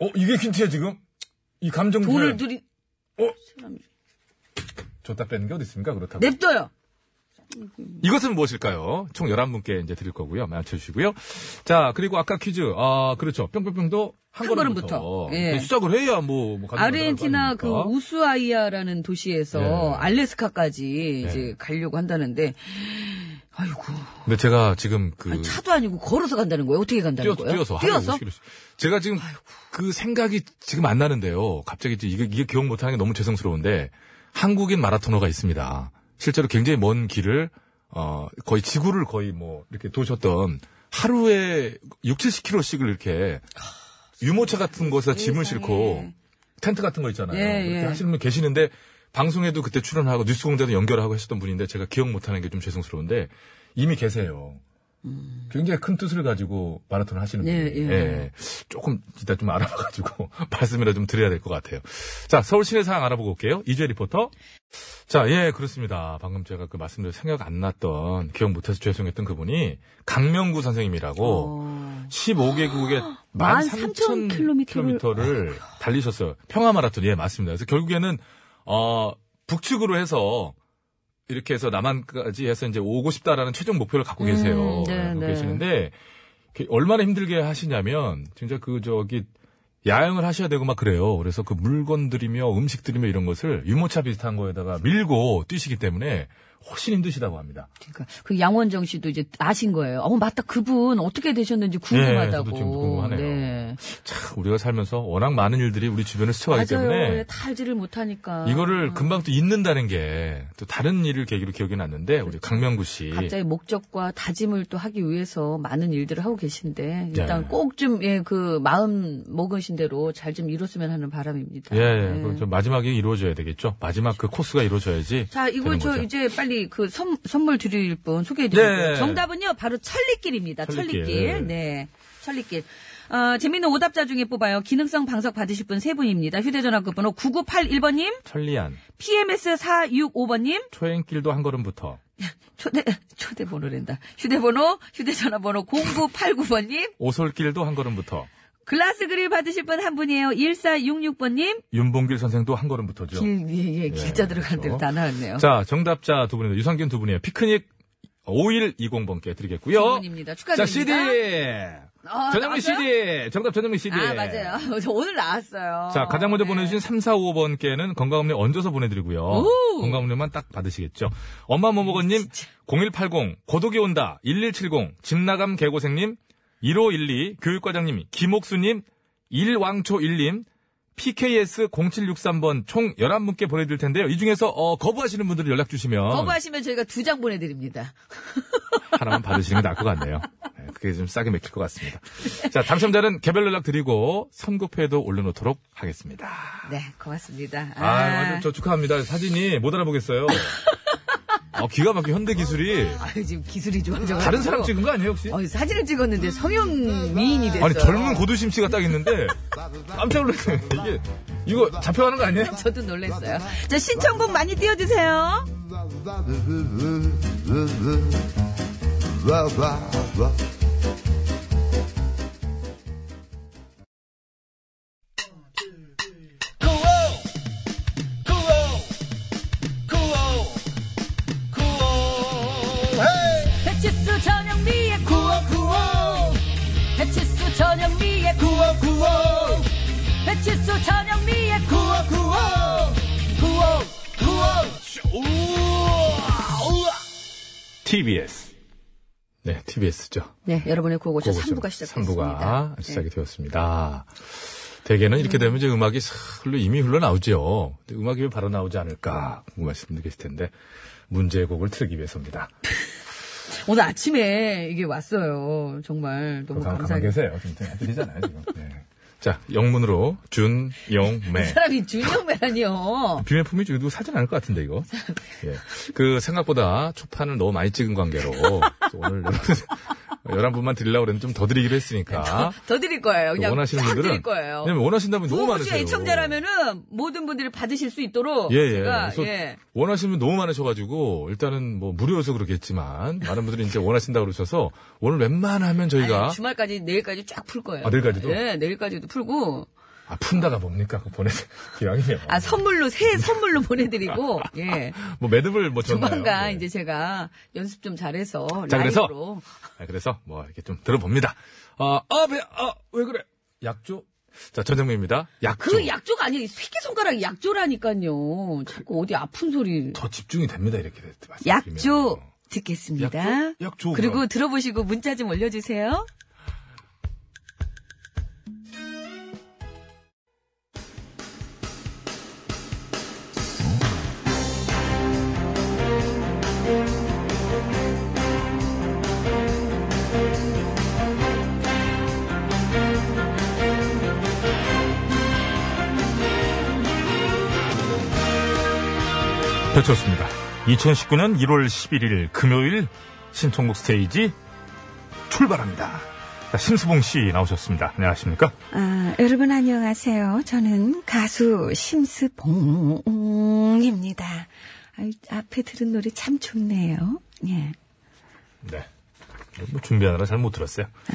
Speaker 1: 어 이게 퀴즈야 지금? 이 감정
Speaker 2: 돈을
Speaker 1: 조절.
Speaker 2: 들이
Speaker 1: 줬다 빼는 게 어디 있습니까? 그렇다고.
Speaker 2: 냅둬요.
Speaker 1: 이것은 무엇일까요? 총 11분께 이제 드릴 거고요. 맞춰주시고요. 자, 그리고 아까 퀴즈. 아, 그렇죠. 뿅뿅뿅도 한,
Speaker 2: 한
Speaker 1: 걸음부터.
Speaker 2: 걸음부터. 예.
Speaker 1: 네, 시작을 해야 뭐, 뭐 가능하다는
Speaker 2: 아르헨티나
Speaker 1: 거
Speaker 2: 그
Speaker 1: 아닙니까?
Speaker 2: 우수아이아라는 도시에서
Speaker 1: 네.
Speaker 2: 알래스카까지
Speaker 1: 네.
Speaker 2: 이제 가려고 한다는데 아이고
Speaker 1: 근데 제가 지금 그.
Speaker 2: 아니, 차도 아니고 걸어서 간다는 거예요. 어떻게 간다는
Speaker 1: 뛰어,
Speaker 2: 거예요?
Speaker 1: 뛰어서. 한
Speaker 2: 뛰어서?
Speaker 1: 50km. 제가 지금 그 생각이 지금 안 나는데요. 갑자기 이제 이게, 이게 기억 못하는 게 너무 죄송스러운데 한국인 마라토너가 있습니다. 실제로 굉장히 먼 길을 어 거의 지구를 거의 뭐 이렇게 도셨던 하루에 6, 70km씩을 이렇게 유모차 같은 곳에다 짐을 싣고 텐트 같은 거 있잖아요.
Speaker 2: 예,
Speaker 1: 그렇게
Speaker 2: 예.
Speaker 1: 하시는 분 계시는데 방송에도 그때 출연하고 뉴스공대도 연결하고 했었던 분인데 제가 기억 못하는 게 좀 죄송스러운데 이미 계세요. 굉장히 큰 뜻을 가지고 마라톤을 하시는
Speaker 2: 예,
Speaker 1: 분이에요.
Speaker 2: 예.
Speaker 1: 예. 조금 이따 좀 알아봐가지고 말씀이라 좀 드려야 될 것 같아요. 자, 서울 시내 상황 알아보고 올게요. 이재 리포터. 자, 예, 그렇습니다. 방금 제가 그 말씀드린 생각 안 났던, 기억 못해서 죄송했던 그분이 강명구
Speaker 2: 어.
Speaker 1: 선생님이라고 15개국의
Speaker 2: 13,000 아, 킬로미터를-
Speaker 1: 를 달리셨어요. 평화 마라톤. 예, 맞습니다. 그래서 결국에는, 어, 북측으로 해서 이렇게 해서 남한까지 해서 이제 오고 싶다라는 최종 목표를 갖고 계세요.
Speaker 2: 음, 네,
Speaker 1: 예, 갖고
Speaker 2: 네.
Speaker 1: 계시는데 그 얼마나 힘들게 하시냐면 진짜 그 저기 야영을 하셔야 되고 막 그래요. 그래서 그 물건들이며 음식들이며 이런 것을 유모차 비슷한 거에다가 밀고 뛰시기 때문에 훨씬 힘드시다고 합니다.
Speaker 2: 그러니까 그 양원정 씨도 이제 아신 거예요. 어 맞다 그분 어떻게 되셨는지 궁금하다고.
Speaker 1: 네, 저도 지금 궁금하네요.
Speaker 2: 네.
Speaker 1: 참 우리가 살면서 워낙 많은 일들이 우리 주변에 스쳐가기 때문에
Speaker 2: 맞아요. 예, 탈지를 못하니까.
Speaker 1: 이거를 금방 또 잊는다는 게 또 다른 일을 계기로 기억이 났는데 우리 강명구 씨
Speaker 2: 갑자기 목적과 다짐을 또 하기 위해서 많은 일들을 하고 계신데 일단
Speaker 1: 네.
Speaker 2: 꼭 좀 예 그 마음 먹으신 대로 잘 좀 이뤘으면 하는 바람입니다.
Speaker 1: 예,
Speaker 2: 네.
Speaker 1: 예. 그럼 저 마지막에 이루어져야 되겠죠. 마지막 그 코스가 이루어져야지.
Speaker 2: 자, 이거
Speaker 1: 되는
Speaker 2: 저
Speaker 1: 거죠.
Speaker 2: 이제 빨리 그 선, 선물 드릴 분 소개해 드릴게요.
Speaker 1: 네.
Speaker 2: 정답은요, 바로 천리길입니다.
Speaker 1: 천리길.
Speaker 2: 천리길. 네. 천리길. 어, 재밌는 오답자 중에 뽑아요. 기능성 방석 받으실 분 세분입니다 휴대전화 끝번호 9981번님,
Speaker 1: 천리안
Speaker 2: PMS465번님,
Speaker 1: 초행길도 한 걸음부터
Speaker 2: 초대, 초대번호랜다. 휴대번호, 휴대전화번호 0989번님,
Speaker 1: 오솔길도 한 걸음부터
Speaker 2: 글라스 그릴 받으실 분 한 분이에요. 1466번님,
Speaker 1: 윤봉길 선생도 한 걸음부터죠.
Speaker 2: 길, 예, 예, 길자 들어간
Speaker 1: 네. 그렇죠.
Speaker 2: 대로 다 나왔네요.
Speaker 1: 자, 정답자 두 분입니다. 유산균 두 분이에요. 피크닉 5120번께 드리겠고요.
Speaker 2: 주문입니다.
Speaker 1: 자,
Speaker 2: 축하드립니다.
Speaker 1: CD.
Speaker 2: 아,
Speaker 1: 전영미
Speaker 2: 나왔어요?
Speaker 1: CD. 정답 전영미 CD.
Speaker 2: 아, 맞아요. 저 오늘 나왔어요.
Speaker 1: 예. 자, 가장 먼저
Speaker 2: 네.
Speaker 1: 보내주신 3455번께는 건강음료 얹어서 보내드리고요.
Speaker 2: 오!
Speaker 1: 건강음료만 딱 받으시겠죠. 엄마 뭐먹었님, 0180, 고독이 온다, 1170, 집나감 개고생님, 1512, 교육과장님, 김옥수님, 일왕초일님, PKS0763번 총 11분께 보내드릴 텐데요. 이 중에서 어, 거부하시는 분들은 연락 주시면
Speaker 2: 거부하시면 저희가 두 장 보내드립니다.
Speaker 1: 하나만 받으시는 게 나을 것 같네요. 네, 그게 좀 싸게 맥힐 것 같습니다. 자, 당첨자는 개별 연락 드리고 선곡표에도 올려놓도록 하겠습니다.
Speaker 2: 네, 고맙습니다.
Speaker 1: 아, 완전 저 축하합니다. 사진이 못 알아보겠어요. 아, 기가 막혀 현대 기술이
Speaker 2: 아유, 지금 기술이 좋아져.
Speaker 1: 다른 사람 찍은 거 아니에요 혹시?
Speaker 2: 어, 사진을 찍었는데 성형 미인이 됐어요.
Speaker 1: 아니 젊은 고두심 씨가 딱 있는데 깜짝 놀랐어요. 이게 이거 잡혀가는 거 아니에요?
Speaker 2: 저도 놀랐어요. 자, 신청곡 많이 띄워주세요. 배치수 전영미의 구호 구호. 배치수 전영미의 구호 구호. 배치수 전영미의 구호.
Speaker 1: TBS. 네, TBS죠.
Speaker 2: 네, 여러분의 구호고쇼
Speaker 1: 그거죠.
Speaker 2: 3부가 시작됐습니다.
Speaker 1: 삼부가 시작이 되었습니다. 대개는 이렇게 되면 이제 네. 음악이 슬로 이미 흘러나오죠. 근데 음악이 왜 바로 나오지 않을까 궁금하신 분들 계실 텐데 문제의 곡을 틀기 위해서입니다.
Speaker 2: 오늘 아침에 이게 왔어요. 정말 너무
Speaker 1: 가만,
Speaker 2: 감사하게.
Speaker 1: 가만 계세요. 지금 안 들리잖아요, 지금. 네. 자, 영문으로 준, 영, 매.
Speaker 2: 사람이 준영매라니요.
Speaker 1: 비매품이 이거 사진 않을 것 같은데, 이거. 예. 그, 생각보다 초판을 너무 많이 찍은 관계로. 그래서 오늘, 여러분, 11분만 드리려고 그랬는데 좀 더 드리기로 했으니까.
Speaker 2: 네, 더 드릴 거예요. 그냥
Speaker 1: 원하시는
Speaker 2: 쫙
Speaker 1: 분들은.
Speaker 2: 드릴 거예요.
Speaker 1: 왜냐면 원하신다면 너무
Speaker 2: 구호구 씨가
Speaker 1: 많으세요.
Speaker 2: 애청자라면은 모든 분들이 받으실 수 있도록
Speaker 1: 예, 예.
Speaker 2: 제가
Speaker 1: 그래서
Speaker 2: 예.
Speaker 1: 원하시면 너무 많으셔가지고, 일단은 뭐 무료여서 그렇겠지만, 많은 분들이 이제 원하신다고 그러셔서, 오늘 웬만하면 저희가,
Speaker 2: 아니, 주말까지 내일까지 쫙 풀 거예요.
Speaker 1: 아, 내일까지도?
Speaker 2: 예, 내일까지도 풀고
Speaker 1: 아, 푼다가 뭡니까? 그거 보내세요. 기왕이면.
Speaker 2: 아 선물로 새 선물로 보내드리고 예
Speaker 1: 뭐 매듭을 뭐 줬나요?
Speaker 2: 조만간
Speaker 1: 네.
Speaker 2: 이제 제가 연습 좀 잘해서
Speaker 1: 자, 그래서
Speaker 2: 라이브로
Speaker 1: 아, 그래서 뭐 이렇게 좀 들어봅니다. 아, 아, 배, 아, 왜 그래? 약조? 자, 전정민입니다. 약조.
Speaker 2: 그 약조가 아니에요. 새끼 손가락 약조라니까요. 자꾸 어디 아픈 소리.
Speaker 1: 더 집중이 됩니다. 이렇게 말씀드리면.
Speaker 2: 약조 듣겠습니다.
Speaker 1: 약조? 약조
Speaker 2: 그리고
Speaker 1: 뭐야?
Speaker 2: 들어보시고 문자 좀 올려주세요.
Speaker 1: 배쳤습니다. 2019년 1월 11일 금요일 신청곡 스테이지 출발합니다. 자, 심수봉 씨 나오셨습니다. 안녕하십니까?
Speaker 2: 아, 여러분 안녕하세요. 저는 가수 심스봉입니다. 아, 앞에 들은 노래 참 좋네요. 예,
Speaker 1: 네. 뭐 준비하느라 잘 못 들었어요.
Speaker 2: 아,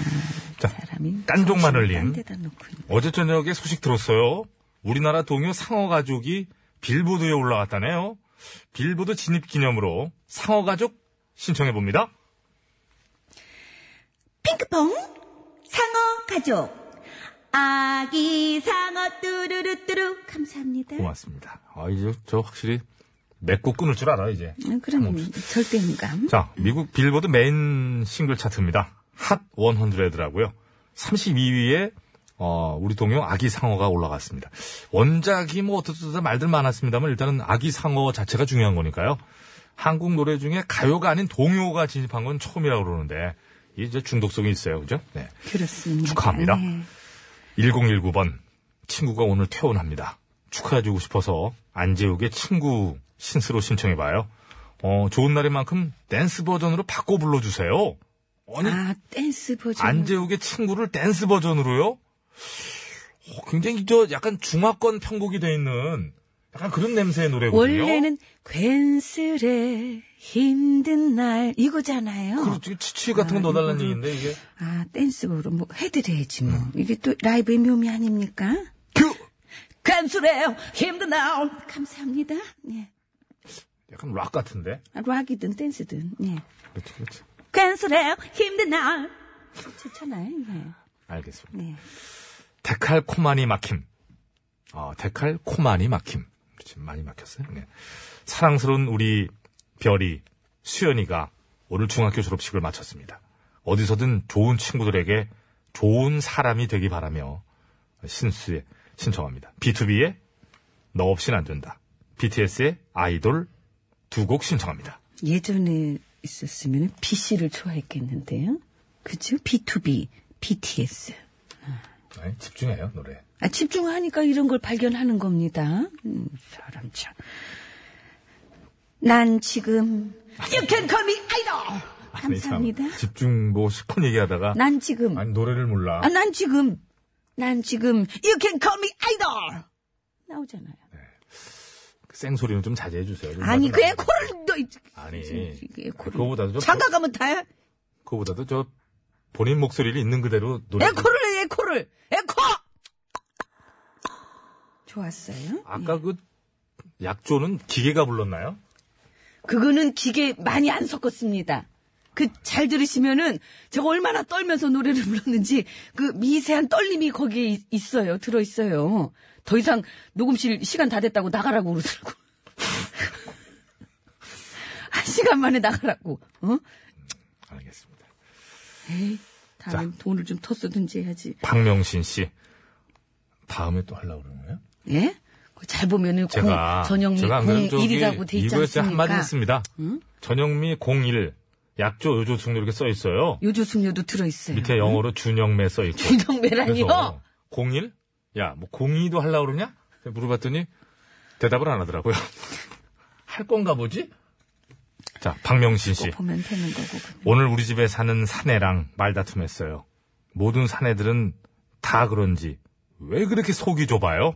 Speaker 1: 자,
Speaker 2: 사람이
Speaker 1: 깐종 마늘님.
Speaker 2: 정신을 딴 데다 놓고 있네.
Speaker 1: 어제 저녁에 소식 들었어요. 우리나라 동요 상어 가족이 빌보드에 올라갔다네요. 빌보드 진입 기념으로 상어 가족 신청해 봅니다.
Speaker 4: 핑크퐁 상어 가족 아기 상어 뚜루루 뚜루 감사합니다.
Speaker 1: 고맙습니다. 아, 이제 저 확실히 맺고 끊을 줄 알아, 이제.
Speaker 2: 아, 그럼 절대인감.
Speaker 1: 자, 미국 빌보드 메인 싱글 차트입니다. 핫 100라고요. 32위에 어, 우리 동요 아기 상어가 올라갔습니다. 원작이 뭐 어떻다 말들 많았습니다만 일단은 아기 상어 자체가 중요한 거니까요. 한국 노래 중에 가요가 아닌 동요가 진입한 건 처음이라고 그러는데 이제 중독성이 있어요. 그죠? 네.
Speaker 2: 그렇습니다.
Speaker 1: 축하합니다.
Speaker 2: 네.
Speaker 1: 1019번 친구가 오늘 퇴원합니다. 축하해주고 싶어서 안재욱의 친구 신스로 신청해봐요. 어, 좋은 날인 만큼 댄스 버전으로 바꿔 불러주세요. 아니
Speaker 2: 아 댄스 버전.
Speaker 1: 안재욱의 친구를 댄스 버전으로요? 어, 굉장히 저 약간 중화권 편곡이 돼 있는 약간 그런 냄새의 노래거든요.
Speaker 2: 원래는 괜스레 힘든 날 이거잖아요.
Speaker 1: 그리고 치치 같은 거 넣어달라는 얘기인데 이게
Speaker 2: 아 댄스로 뭐 해드려야지 뭐 이게 또 라이브의 묘미 아닙니까?
Speaker 1: 큐!
Speaker 2: 감수래요 힘든 날 감사합니다. 예.
Speaker 1: 약간 락 같은데.
Speaker 2: 아, 락이든 댄스든 예.
Speaker 1: 그렇지, 그렇지.
Speaker 2: 감수래요 힘든 날 좋잖아요. 예.
Speaker 1: 알겠습니다.
Speaker 2: 네.
Speaker 1: 데칼 코마니 막힘. 어, 데칼 코마니 막힘. 그렇지, 많이 막혔어요. 네. 사랑스러운 우리 별이, 수연이가 오늘 중학교 졸업식을 마쳤습니다. 어디서든 좋은 친구들에게 좋은 사람이 되기 바라며 신수에 신청합니다. B2B의 너 없인 안 된다. BTS의 아이돌 두 곡 신청합니다.
Speaker 2: 예전에 있었으면 BC를 좋아했겠는데요. 그죠? B2B, BTS.
Speaker 1: 아니, 집중해요, 노래.
Speaker 2: 아, 집중하니까 이런 걸 발견하는 겁니다. 음, 사람 참. 난 지금 You can call me idol.
Speaker 1: 아니, 참,
Speaker 2: 감사합니다.
Speaker 1: 집중 뭐 시컷 얘기하다가
Speaker 2: 난 지금
Speaker 1: 아니 노래를 몰라.
Speaker 2: 아, 난 지금 난 지금 You can call me idol. 나오잖아요.
Speaker 1: 그 생소리는 좀 자제해 주세요.
Speaker 2: 아니 그애 코를 너 이-
Speaker 1: 아니,
Speaker 2: 이게 코를
Speaker 1: 그거보다도 저,
Speaker 2: 장가가면 다야.
Speaker 1: 그거보다도 저 본인 목소리를 있는 그대로 노래.
Speaker 2: 에코를 해, 에코를 에코. 좋았어요.
Speaker 1: 아까 그 약조는 기계가 불렀나요?
Speaker 2: 그거는 기계 많이 안 섞었습니다. 그 잘 들으시면은 제가 얼마나 떨면서 노래를 불렀는지 그 미세한 떨림이 거기에 있- 있어요. 들어 있어요. 더 이상 녹음실 시간 다 됐다고 나가라고 그러더라고. 한 시간 만에 나가라고. 어?
Speaker 1: 알겠습니다.
Speaker 2: 다음 돈을 좀 더 쓰든지 해야지.
Speaker 1: 박명신 씨. 다음에 또 하려고 그러는 거예요?
Speaker 2: 예? 그거 잘 보면은
Speaker 1: 제가.
Speaker 2: 공, 전영미
Speaker 1: 제가 안 그래도 저기
Speaker 2: 01이라고 돼 있지
Speaker 1: 이거에 제가
Speaker 2: 않습니까?
Speaker 1: 한마디 했습니다. 전영미 01. 약조 요조승료 이렇게 써 있어요.
Speaker 2: 요조숙녀도 들어 있어요.
Speaker 1: 밑에 영어로 준영매 써 있고.
Speaker 2: 준영배라니요.
Speaker 1: 그래서 01? 야, 뭐 02도 하려고 그러냐? 물어봤더니 대답을 안 하더라고요. 할 건가 보지? 자, 박명신 씨.
Speaker 2: 꼭 보면 되는 거고.
Speaker 1: 오늘 우리 집에 사는 사내랑 말다툼했어요. 모든 사내들은 다 그런지 왜 그렇게 속이 좁아요?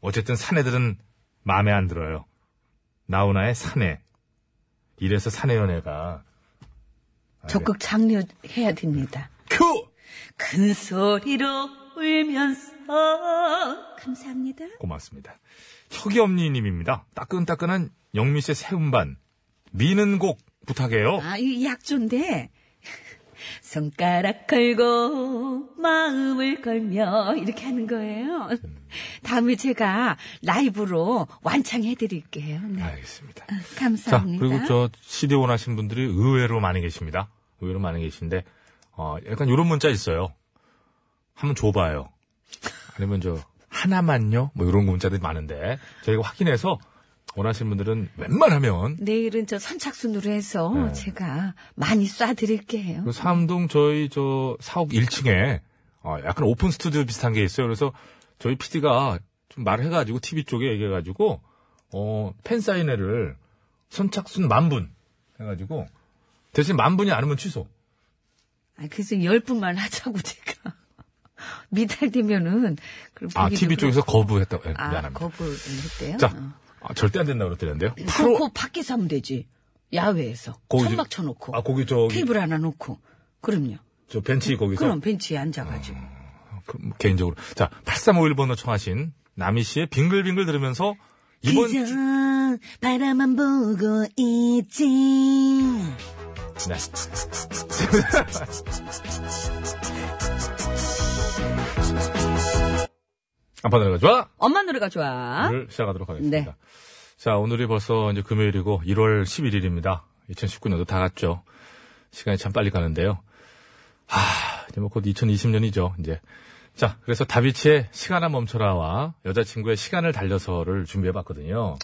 Speaker 1: 어쨌든 사내들은 마음에 안 들어요. 나훈아의 사내. 이래서 사내 연애가
Speaker 2: 적극 장려해야 됩니다.
Speaker 1: 큐!
Speaker 2: 큰 소리로 울면서 감사합니다.
Speaker 1: 고맙습니다. 혁이엄니님입니다. 따끈따끈한 영미 씨의 새 음반 미는 곡 부탁해요.
Speaker 2: 아, 이 약조인데. 손가락 걸고 마음을 걸며 이렇게 하는 거예요. 다음에 제가 라이브로 완창해 드릴게요. 네.
Speaker 1: 알겠습니다. 네. 자,
Speaker 2: 아, 감사합니다.
Speaker 1: 그리고 저 CD 원하신 분들이 의외로 많이 계십니다. 의외로 많이 계신데, 어, 약간 요런 문자 있어요. 한번 줘봐요. 아니면 저, 하나만요? 뭐 요런 문자들이 많은데, 저희가 확인해서 원하시는 분들은 웬만하면,
Speaker 2: 내일은 저 선착순으로 해서
Speaker 1: 네.
Speaker 2: 제가 많이 쏴 드릴게요.
Speaker 1: 그 삼동 저희 저 사옥 1층에, 어, 약간 오픈 스튜디오 비슷한 게 있어요. 그래서 저희 PD가 좀 말해가지고, TV 쪽에 얘기해가지고, 어, 팬사인회를 선착순 만분 해가지고, 대신 만분이 아니면 취소.
Speaker 2: 아, 그래서 열 분만 하자고 제가 미달되면은 그럼
Speaker 1: 아,
Speaker 2: 보기도
Speaker 1: TV 쪽에서 거부했다고. 예,
Speaker 2: 아, 어.
Speaker 1: 미안합니다.
Speaker 2: 거부했대요.
Speaker 1: 자, 아, 절대 안 된다고 그랬더는데요.
Speaker 2: 프로 그 밖에서 하면 되지. 야외에서
Speaker 1: 거기
Speaker 2: 천막
Speaker 1: 저-
Speaker 2: 쳐놓고
Speaker 1: 아, 거기 저기,
Speaker 2: 테이블 하나 놓고 그럼요.
Speaker 1: 저 벤치 거기서.
Speaker 2: 그럼 벤치에 앉아가지고
Speaker 1: 그, 뭐, 개인적으로. 자, 8351번호 청하신 남희 씨의 빙글빙글 들으면서 이번
Speaker 2: 그저 바라만 보고 있지.
Speaker 1: 네. 아빠 노래가 좋아!
Speaker 2: 엄마 노래가 좋아.
Speaker 1: 를 시작하도록
Speaker 2: 네.
Speaker 1: 하겠습니다. 자, 오늘이 벌써 이제 금요일이고 1월 11일입니다. 2019년도 다 갔죠. 시간이 참 빨리 가는데요. 하, 이제 뭐 곧 2020년이죠, 이제. 자, 그래서 다비치의 시간아 멈춰라와 여자친구의 시간을 달려서를 준비해봤거든요.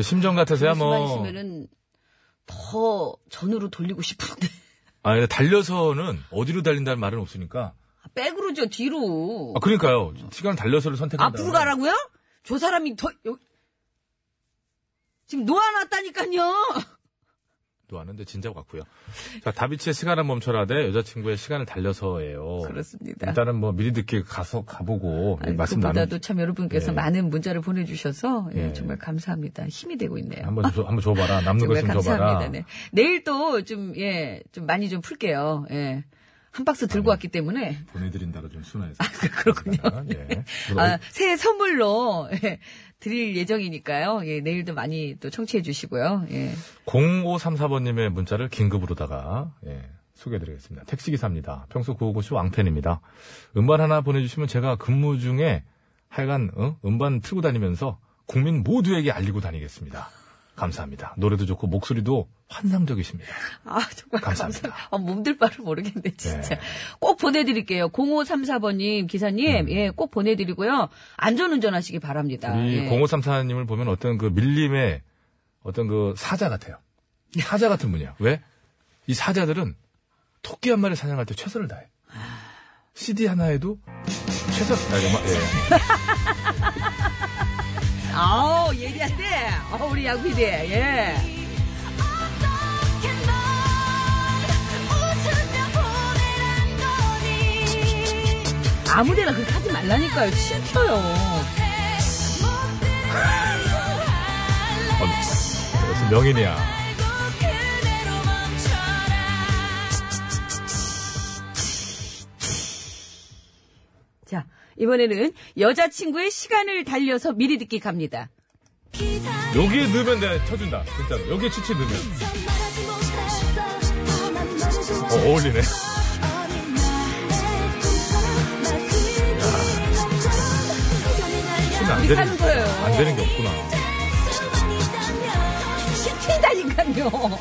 Speaker 1: 심정 같아서야
Speaker 2: 무슨 말
Speaker 1: 뭐.
Speaker 2: 있으면은 더 전으로 돌리고 싶은데
Speaker 1: 아, 근데 달려서는 어디로 달린다는 말은 없으니까.
Speaker 2: 아, 백으로죠 뒤로.
Speaker 1: 아, 그러니까요. 시간을 달려서를
Speaker 2: 아,
Speaker 1: 선택한다.
Speaker 4: 앞으로 가라고요? 저 사람이 더 여- 지금 놓아놨다니까요.
Speaker 1: 또 하는데 진짜 같고요. 자, 다비치의 시간은 멈춰라 대 여자친구의 시간을 달려서예요.
Speaker 2: 그렇습니다.
Speaker 1: 일단은 뭐 미리 듣게 가서 가보고
Speaker 2: 아니,
Speaker 1: 예, 말씀 나누
Speaker 2: 그보다도 참 여러분께서
Speaker 1: 예.
Speaker 2: 많은 문자를 보내주셔서 예,
Speaker 1: 예.
Speaker 2: 정말 감사합니다. 힘이 되고 있네요.
Speaker 1: 한번 줘, 한번 줘봐라 남는
Speaker 2: 정말
Speaker 1: 것좀
Speaker 2: 감사합니다.
Speaker 1: 줘봐라.
Speaker 2: 네. 내일 또좀 예, 좀 많이 좀 풀게요. 예. 한 박스
Speaker 1: 아, 네.
Speaker 2: 들고 왔기 때문에
Speaker 1: 보내드린다로 좀 순화해서. 그렇군요. 예.
Speaker 2: 아, 새해 선물로 예, 드릴 예정이니까요. 예, 내일도 많이 또 청취해 주시고요. 예.
Speaker 1: 0534번님의 문자를 긴급으로다가 예, 소개해드리겠습니다. 택시기사입니다. 평소 구호고시 왕팬입니다. 음반 하나 보내주시면 제가 근무 중에 하여간 어? 음반 틀고 다니면서 국민 모두에게 알리고 다니겠습니다. 감사합니다. 노래도 좋고 목소리도 환상적이십니다.
Speaker 2: 아, 정말
Speaker 1: 감사합니다.
Speaker 2: 감사합니다. 아, 몸둘 바를 모르겠네, 진짜.
Speaker 1: 네.
Speaker 2: 꼭 보내드릴게요. 0534번님, 기사님, 예, 꼭 보내드리고요. 안전운전 하시기 바랍니다.
Speaker 1: 음. 우리
Speaker 2: 예.
Speaker 1: 0534님을 보면 어떤 그 밀림의 어떤 그 사자 같아요. 사자 같은 분이야. 왜? 이 사자들은 토끼 한 마리 사냥할 때 최선을 다해. CD 하나에도 최선을 다해. 정말, 예.
Speaker 2: 아우, 예리한데. 아, 우리 야구이대, 예.
Speaker 6: 어떻게 널 웃으며 보내란 거니
Speaker 2: 아무데나 그렇게 하지 말라니까요. 싫어요.
Speaker 6: 못 들은
Speaker 1: 어, 무슨 명인이야.
Speaker 6: 알고 그대로 멈춰라
Speaker 2: 자, 이번에는 여자친구의 시간을 달려서 미리 듣기 갑니다.
Speaker 6: 기다려
Speaker 1: 여기에 넣으면 내가 쳐준다. 진짜로. 여기에 치치 넣으면.
Speaker 6: 말하지 못했어 난 너를
Speaker 1: 어,
Speaker 6: 좋아해
Speaker 1: 어울리네.
Speaker 6: 어린 나의 꿈처럼
Speaker 1: 아,
Speaker 6: 나
Speaker 1: 치면 안
Speaker 6: 그리 감처럼 우연히 날려
Speaker 1: 되는,
Speaker 2: 하는 거예요.
Speaker 1: 안 되는 게 없구나.
Speaker 6: 수만 있다면
Speaker 2: 튄다니까요.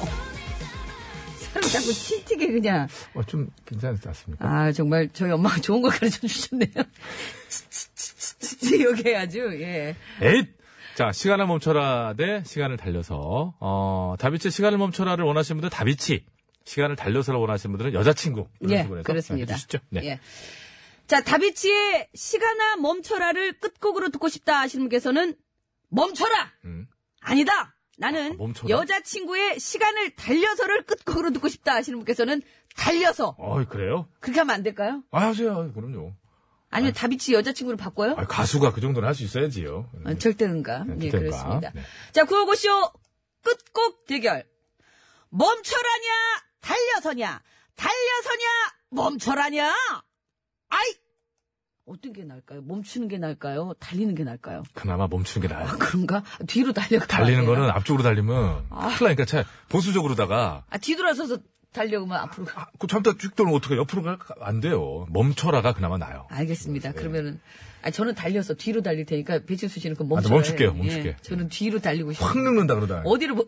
Speaker 2: 사람 자꾸 튄튀게 그냥.
Speaker 1: 어, 좀 괜찮지 않습니까?
Speaker 2: 아, 정말 저희 엄마가 좋은 걸 가르쳐 주셨네요. 여기 아주, 예.
Speaker 1: 에잇! 자, 시간을 멈춰라 대 시간을 달려서. 어, 다비치 시간을 멈춰라를 원하시는 분들은 다비치. 시간을 달려서를 원하시는 분들은 여자친구. 이런
Speaker 2: 예,
Speaker 1: 식으로 해서
Speaker 2: 그렇습니다.
Speaker 1: 해주시죠. 네.
Speaker 2: 예. 자, 다비치의 시간아 멈춰라를 끝곡으로 듣고 싶다 하시는 분께서는 멈춰라!
Speaker 1: 음.
Speaker 2: 아니다! 나는
Speaker 1: 멈춰라.
Speaker 2: 여자친구의 시간을 달려서를 끝곡으로 듣고 싶다 하시는 분께서는 달려서
Speaker 1: 어이, 그래요?
Speaker 2: 그렇게 하면 안 될까요?
Speaker 1: 아, 하세요. 그럼요.
Speaker 2: 아니면 다비치 여자친구로 바꿔요?
Speaker 1: 아, 가수가 그 정도는 할 수 있어야지요.
Speaker 2: 어, 절대응가.
Speaker 1: 네,
Speaker 2: 예,
Speaker 1: 절대응가.
Speaker 2: 그렇습니다.
Speaker 1: 네.
Speaker 2: 자, 구호고쇼 끝곡 대결. 멈춰라냐? 달려서냐? 달려서냐? 멈춰라냐? 아이! 어떤 게 나을까요? 멈추는 게 나을까요? 달리는 게 나을까요?
Speaker 1: 그나마 멈추는 게 나아요.
Speaker 2: 그런가? 뒤로 달려
Speaker 1: 달리는 거는 앞쪽으로 달리면 큰일 나니까 차 보수적으로다가
Speaker 2: 아, 뒤돌아서서 달려오면 앞으로 가.
Speaker 1: 아, 그 잠깐 쭉 돌면 어떻게 옆으로 가 안 돼요. 멈춰라가 그나마 나요.
Speaker 2: 알겠습니다.
Speaker 1: 네.
Speaker 2: 그러면은 아, 저는 달려서 뒤로 달릴 테니까 배칠수 씨는 그럼
Speaker 1: 아,
Speaker 2: 멈춰.
Speaker 1: 저 멈출게요, 멈출게요.
Speaker 2: 저는 뒤로 달리고 싶어요.
Speaker 1: 확 늙는다 그러다.
Speaker 2: 어디로 보...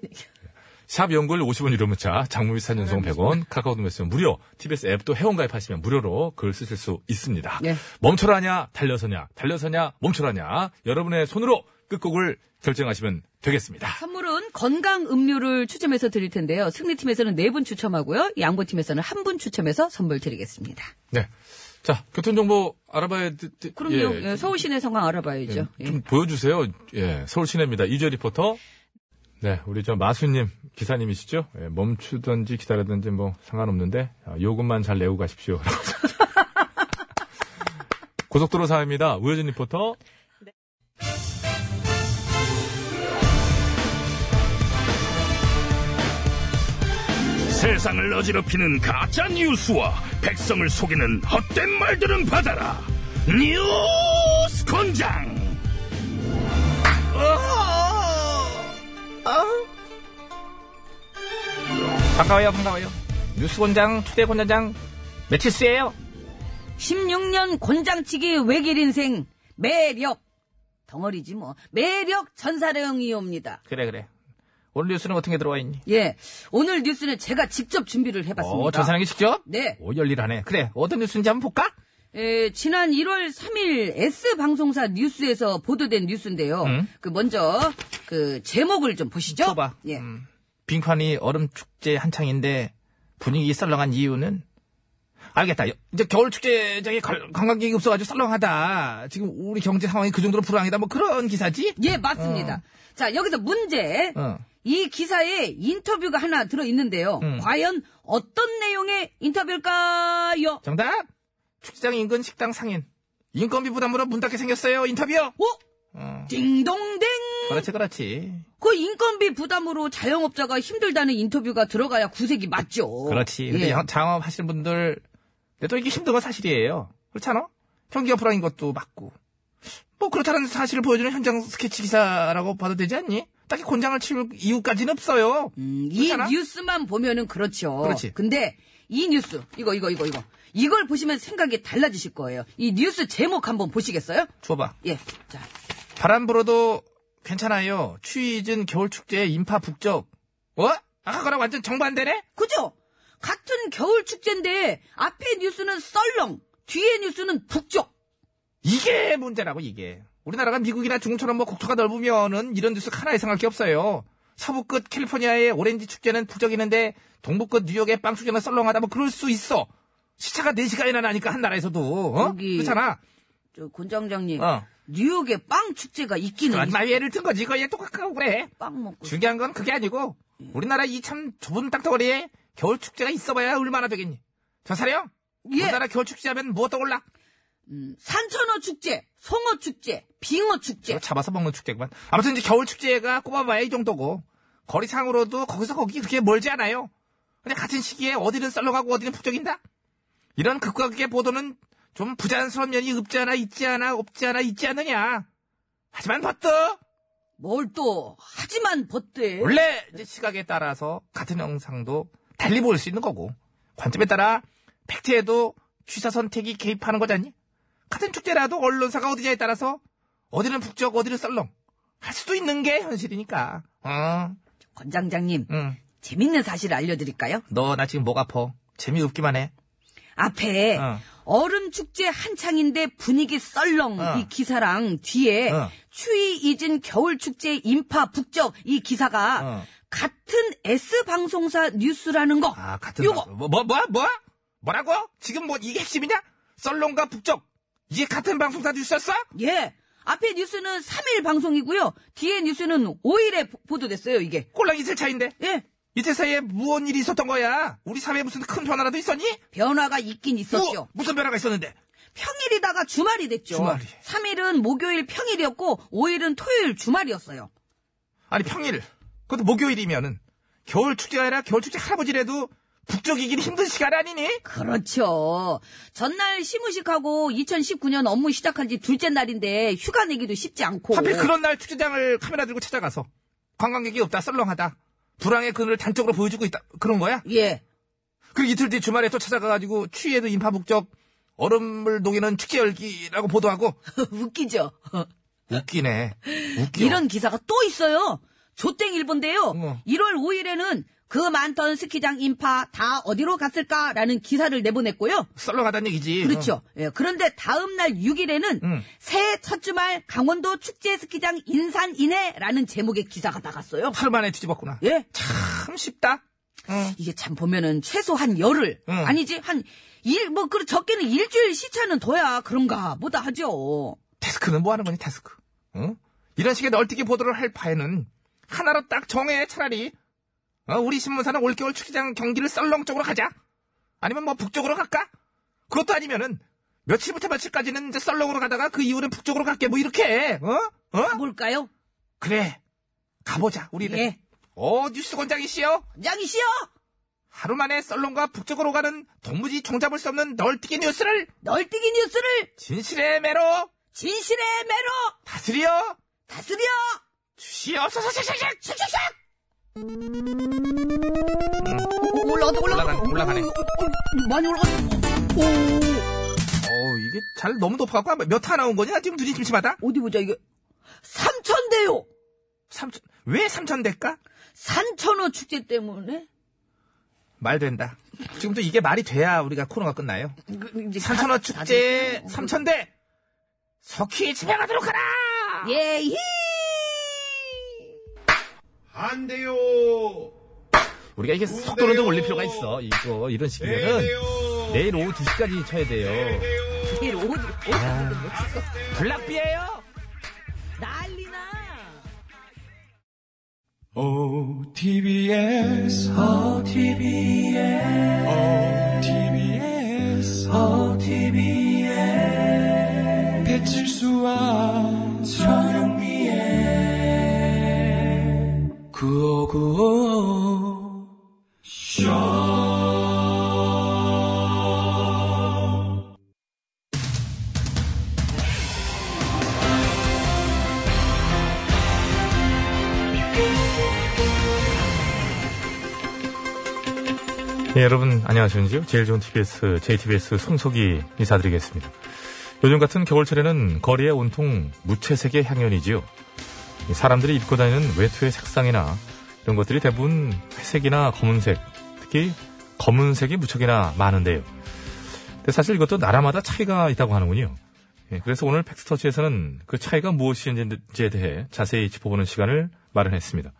Speaker 1: 샵 연글 50원 유료 문자, 장무비 4년송
Speaker 2: 네,
Speaker 1: 100원, 카카오톡 메시지 무료, TBS 앱도 회원가입하시면 무료로 글 쓰실 수 있습니다.
Speaker 2: 네.
Speaker 1: 멈춰라냐, 달려서냐, 달려서냐, 멈춰라냐, 여러분의 손으로 끝곡을 결정하시면 되겠습니다.
Speaker 2: 선물은 건강 음료를 추첨해서 드릴 텐데요. 승리팀에서는 네 분 추첨하고요. 양보팀에서는 한 분 추첨해서 선물 드리겠습니다.
Speaker 1: 네. 자, 교통정보 알아봐야, 되- 되-
Speaker 2: 그럼요.
Speaker 1: 예,
Speaker 2: 예, 서울 시내 상황
Speaker 1: 예,
Speaker 2: 알아봐야죠. 예.
Speaker 1: 좀 보여주세요. 예, 서울 시내입니다. 이주혜 리포터. 네, 우리 저 마수님, 기사님이시죠? 예, 멈추든지 기다리든지 뭐 상관없는데, 아, 요금만 잘 내고 가십시오. 고속도로 사입니다. 우효진 리포터.
Speaker 5: 세상을 어지럽히는 가짜 뉴스와 백성을 속이는 헛된 말들은 받아라. 뉴스 권장.
Speaker 7: 반가워요, 반가워요. 뉴스 권장, 초대 권장, 매치스예요
Speaker 2: 16년 곤장치기 외길 인생 매력 덩어리지 뭐 매력 전사령이옵니다.
Speaker 7: 그래, 그래. 오늘 뉴스는 어떤 게 들어와 있니?
Speaker 2: 예, 오늘 뉴스는 제가 직접 준비를 해봤습니다.
Speaker 7: 어, 전사랑이 직접?
Speaker 2: 네.
Speaker 7: 오, 열일하네. 그래, 어떤 뉴스인지 한번 볼까?
Speaker 2: 예, 지난 1월 3일 S 방송사 뉴스에서 보도된 뉴스인데요.
Speaker 7: 음.
Speaker 2: 그 먼저 그 제목을 좀 보시죠.
Speaker 7: 쳐봐.
Speaker 2: 예.
Speaker 7: 빙판이 얼음 축제 한창인데 분위기 썰렁한 이유는 알겠다. 여- 이제 겨울 축제장에 관- 관광객이 없어가지고 썰렁하다. 지금 우리 경제 상황이 그 정도로 불황이다. 뭐 그런 기사지?
Speaker 2: 예, 맞습니다. 자, 여기서 문제.
Speaker 7: 어.
Speaker 2: 이 기사에 인터뷰가 하나 들어 있는데요.
Speaker 7: 음.
Speaker 2: 과연 어떤 내용의 인터뷰일까요?
Speaker 7: 정답. 축제장 인근 식당 상인 인건비 부담으로 문 닫게 생겼어요. 인터뷰.
Speaker 2: 오,
Speaker 7: 어.
Speaker 2: 딩동댕.
Speaker 7: 그렇지, 그렇지.
Speaker 2: 그 인건비 부담으로 자영업자가 힘들다는 인터뷰가 들어가야 구색이 맞죠.
Speaker 7: 그렇지. 근데
Speaker 2: 예.
Speaker 7: 양- 장업 하시는 분들, 근데 또 이게 힘든 건 사실이에요. 그렇지 않아? 경기가 불황인 것도 맞고. 뭐 그렇다는 사실을 보여주는 현장 스케치 기사라고 봐도 되지 않니? 딱히 곤장을 치울 이유까지는 없어요.
Speaker 2: 음, 이
Speaker 7: 그렇잖아?
Speaker 2: 뉴스만 보면은 그렇죠.
Speaker 7: 그렇지.
Speaker 2: 근데 이 뉴스 이거 이거 이거 이거 이걸 보시면 생각이 달라지실 거예요. 이 뉴스 제목 한번 보시겠어요?
Speaker 7: 줘봐.
Speaker 2: 예. 자,
Speaker 7: 바람 불어도 괜찮아요. 추위 잊은 겨울축제 인파 북적. 어? 아까 거랑 완전 정반대네?
Speaker 2: 그죠? 같은 겨울 축제인데 앞에 뉴스는 썰렁, 뒤에 뉴스는 북쪽.
Speaker 7: 이게 문제라고 이게. 우리나라가 미국이나 중국처럼 뭐 국토가 넓으면은 이런 뉴스 하나 이상할 게 없어요. 서부 끝 캘리포니아의 오렌지 축제는 부적이는데 동부 끝 뉴욕의 빵 축제는 썰렁하다 뭐 그럴 수 있어. 시차가 4시간이나 나니까 한 나라에서도 어?
Speaker 2: 여기-
Speaker 7: 그렇잖아.
Speaker 2: 저 곤장장님,
Speaker 7: 어.
Speaker 2: 뉴욕에 빵 축제가 있기는
Speaker 7: 마얘를든 거지 이거 얘 똑같고 그래.
Speaker 2: 빵 먹고.
Speaker 7: 중요한 건 그게 아니고 우리나라 이 참 좁은 땅덩어리에 겨울 축제가 있어봐야 얼마나 되겠니? 전사령
Speaker 2: 예.
Speaker 7: 우리나라 겨울 축제하면 뭐 떠올라?
Speaker 2: 산천어 축제, 송어 축제, 빙어 축제.
Speaker 7: 이거 잡아서 먹는 축제구만. 아무튼 이제 겨울 축제가 꼽아봐야 이 정도고 거리상으로도 거기서 거기 그렇게 멀지 않아요. 근데 같은 시기에 어디는 썰렁하고 어디는 북적인다. 이런 극과 극의 보도는 좀 부자연스러운 면이 없지 않아 있지 않아 없지 않아 있지 않느냐. 하지만 버터
Speaker 2: 뭘 또 하지만 벗대.
Speaker 7: 원래 이제 시각에 따라서 같은 영상도 달리 보일 수 있는 거고 관점에 따라 팩트에도 취사 선택이 개입하는 거잖니 같은 축제라도 언론사가 어디냐에 따라서 어디는 북적 어디는 썰렁 할 수도 있는 게 현실이니까 어응너 나
Speaker 2: 곤장장님, 재밌는 사실 알려드릴까요?
Speaker 7: 지금 목 아파 재미없기만 해
Speaker 2: 앞에
Speaker 7: 어.
Speaker 2: 얼음 축제 한창인데 분위기 썰렁
Speaker 7: 어.
Speaker 2: 이 기사랑 뒤에
Speaker 7: 어.
Speaker 2: 추위 잊은 겨울 축제 인파 북적 이 기사가
Speaker 7: 어.
Speaker 2: 같은 S 방송사 뉴스라는 거.
Speaker 7: 아 같은
Speaker 2: 요거
Speaker 7: 방송. 뭐, 뭐 뭐야 뭐 뭐라고 지금 뭐 이게 핵심이냐 썰렁과 북적 이게 같은 방송사 뉴스였어
Speaker 2: 예. 앞에 뉴스는 3일 방송이고요. 뒤에 뉴스는 5일에 보도됐어요, 이게.
Speaker 7: 꼴랑 이틀 차인데
Speaker 2: 예.
Speaker 7: 이틀 사이에 무언 일이 있었던 거야 우리 사회에 무슨 큰 변화라도 있었니?
Speaker 2: 변화가 있긴 있었죠.
Speaker 7: 뭐, 무슨 변화가 있었는데
Speaker 2: 평일이다가 주말이 됐죠.
Speaker 7: 주말이.
Speaker 2: 3일은 목요일 평일이었고 5일은 토요일 주말이었어요.
Speaker 7: 아니 평일 그것도 목요일이면은 겨울 축제가 아니라 겨울 축제 할아버지라도 북쪽 이기는 힘든 시간 아니니?
Speaker 2: 그렇죠. 전날 시무식하고 2019년 업무 시작한 지 둘째 날인데 휴가 내기도 쉽지 않고.
Speaker 7: 하필 그런 날 축제장을 카메라 들고 찾아가서 관광객이 없다 썰렁하다 불황의 그늘을 단적으로 보여주고 있다 그런 거야?
Speaker 2: 예.
Speaker 7: 그리고 이틀 뒤 주말에 또 찾아가가지고 추위에도 인파북적 얼음을 녹이는 축제 열기라고 보도하고
Speaker 2: 웃기죠.
Speaker 7: 웃기네 웃겨
Speaker 2: 이런 기사가 또 있어요. 조땡 일본데요.
Speaker 7: 어.
Speaker 2: 1월 5일에는 그 많던 스키장 인파 다 어디로 갔을까라는 기사를 내보냈고요.
Speaker 7: 썰렁하다는 얘기지
Speaker 2: 그렇죠. 예, 그런데 다음 날 6일에는
Speaker 7: 음.
Speaker 2: 새해 첫 주말 강원도 축제 스키장 인산 인해라는 제목의 기사가 나갔어요.
Speaker 7: 어, 하루 만에 뒤집었구나
Speaker 2: 예.
Speaker 7: 참 쉽다 응.
Speaker 2: 이게 참 보면은 최소 한 열흘
Speaker 7: 음.
Speaker 2: 아니지 한 일 뭐 그 적게는 일주일 시차는 둬야 그런가 보다 하죠.
Speaker 7: 데스크는 뭐 하는 거니 데스크 응? 이런 식의 널뛰기 보도를 할 바에는 하나로 딱 정해 차라리 어, 우리 신문사는 올겨울 축제장 경기를 썰렁 쪽으로 가자 아니면 뭐 북쪽으로 갈까 그것도 아니면은 며칠부터 며칠까지는 이제 썰렁으로 가다가 그 이후는 북쪽으로 갈게 뭐 이렇게 어? 어?
Speaker 2: 뭘까요?
Speaker 7: 그래 가보자 우리는
Speaker 2: 예.
Speaker 7: 어 뉴스 권장이시여
Speaker 2: 장이 씨요.
Speaker 7: 하루 만에 썰렁과 북쪽으로 가는 도무지 종잡을 수 없는 널뛰기 뉴스를
Speaker 2: 널뛰기 뉴스를
Speaker 7: 진실의 매로
Speaker 2: 진실의 매로
Speaker 7: 다스려
Speaker 2: 다스려
Speaker 7: 주시옵소서 샥샥샥
Speaker 2: 샥샥샥. 올라간다 올라간다
Speaker 7: 올라가네, 올라가네.
Speaker 2: 어, 어, 어, 많이 올라간다. 오.
Speaker 7: 어 이게 잘 너무 높아갖고 몇 타 나온 거냐 지금 눈이 침침하다
Speaker 2: 어디 보자 이게 삼천대요
Speaker 7: 삼천 왜 삼천 될까
Speaker 2: 산천어 축제 때문에
Speaker 7: 말 된다 지금 또 이게 말이 돼야 우리가 코너가 끝나요
Speaker 2: 그,
Speaker 7: 삼천어 축제 삼천대 석희 집에 가도록 하라
Speaker 2: 예히
Speaker 3: 안 돼요.
Speaker 5: 우리가 이게 속도를 좀 올릴 필요가 있어. 이거 이런 식이면은 내일 오후 2시까지 쳐야 돼요.
Speaker 2: 내일 오후
Speaker 7: 블락비예요
Speaker 2: 난리나
Speaker 3: OTBS, OTBS, OTBS, OTBS, 배칠수와 전영미의 구호구호
Speaker 1: 예, 여러분 안녕하십니까? 제일 좋은 TBS, JTBS 손석희 인사드리겠습니다. 요즘 같은 겨울철에는 거리에 온통 무채색의 향연이지요. 이 사람들이 입고 다니는 외투의 색상이나 이런 것들이 대부분 회색이나 검은색, 특히 검은색이 무척이나 많은데요. 근데 사실 이것도 나라마다 차이가 있다고 하는군요. 예, 그래서 오늘 팩스터치에서는 그 차이가 무엇인지에 대해 자세히 짚어보는 시간을 마련했습니다.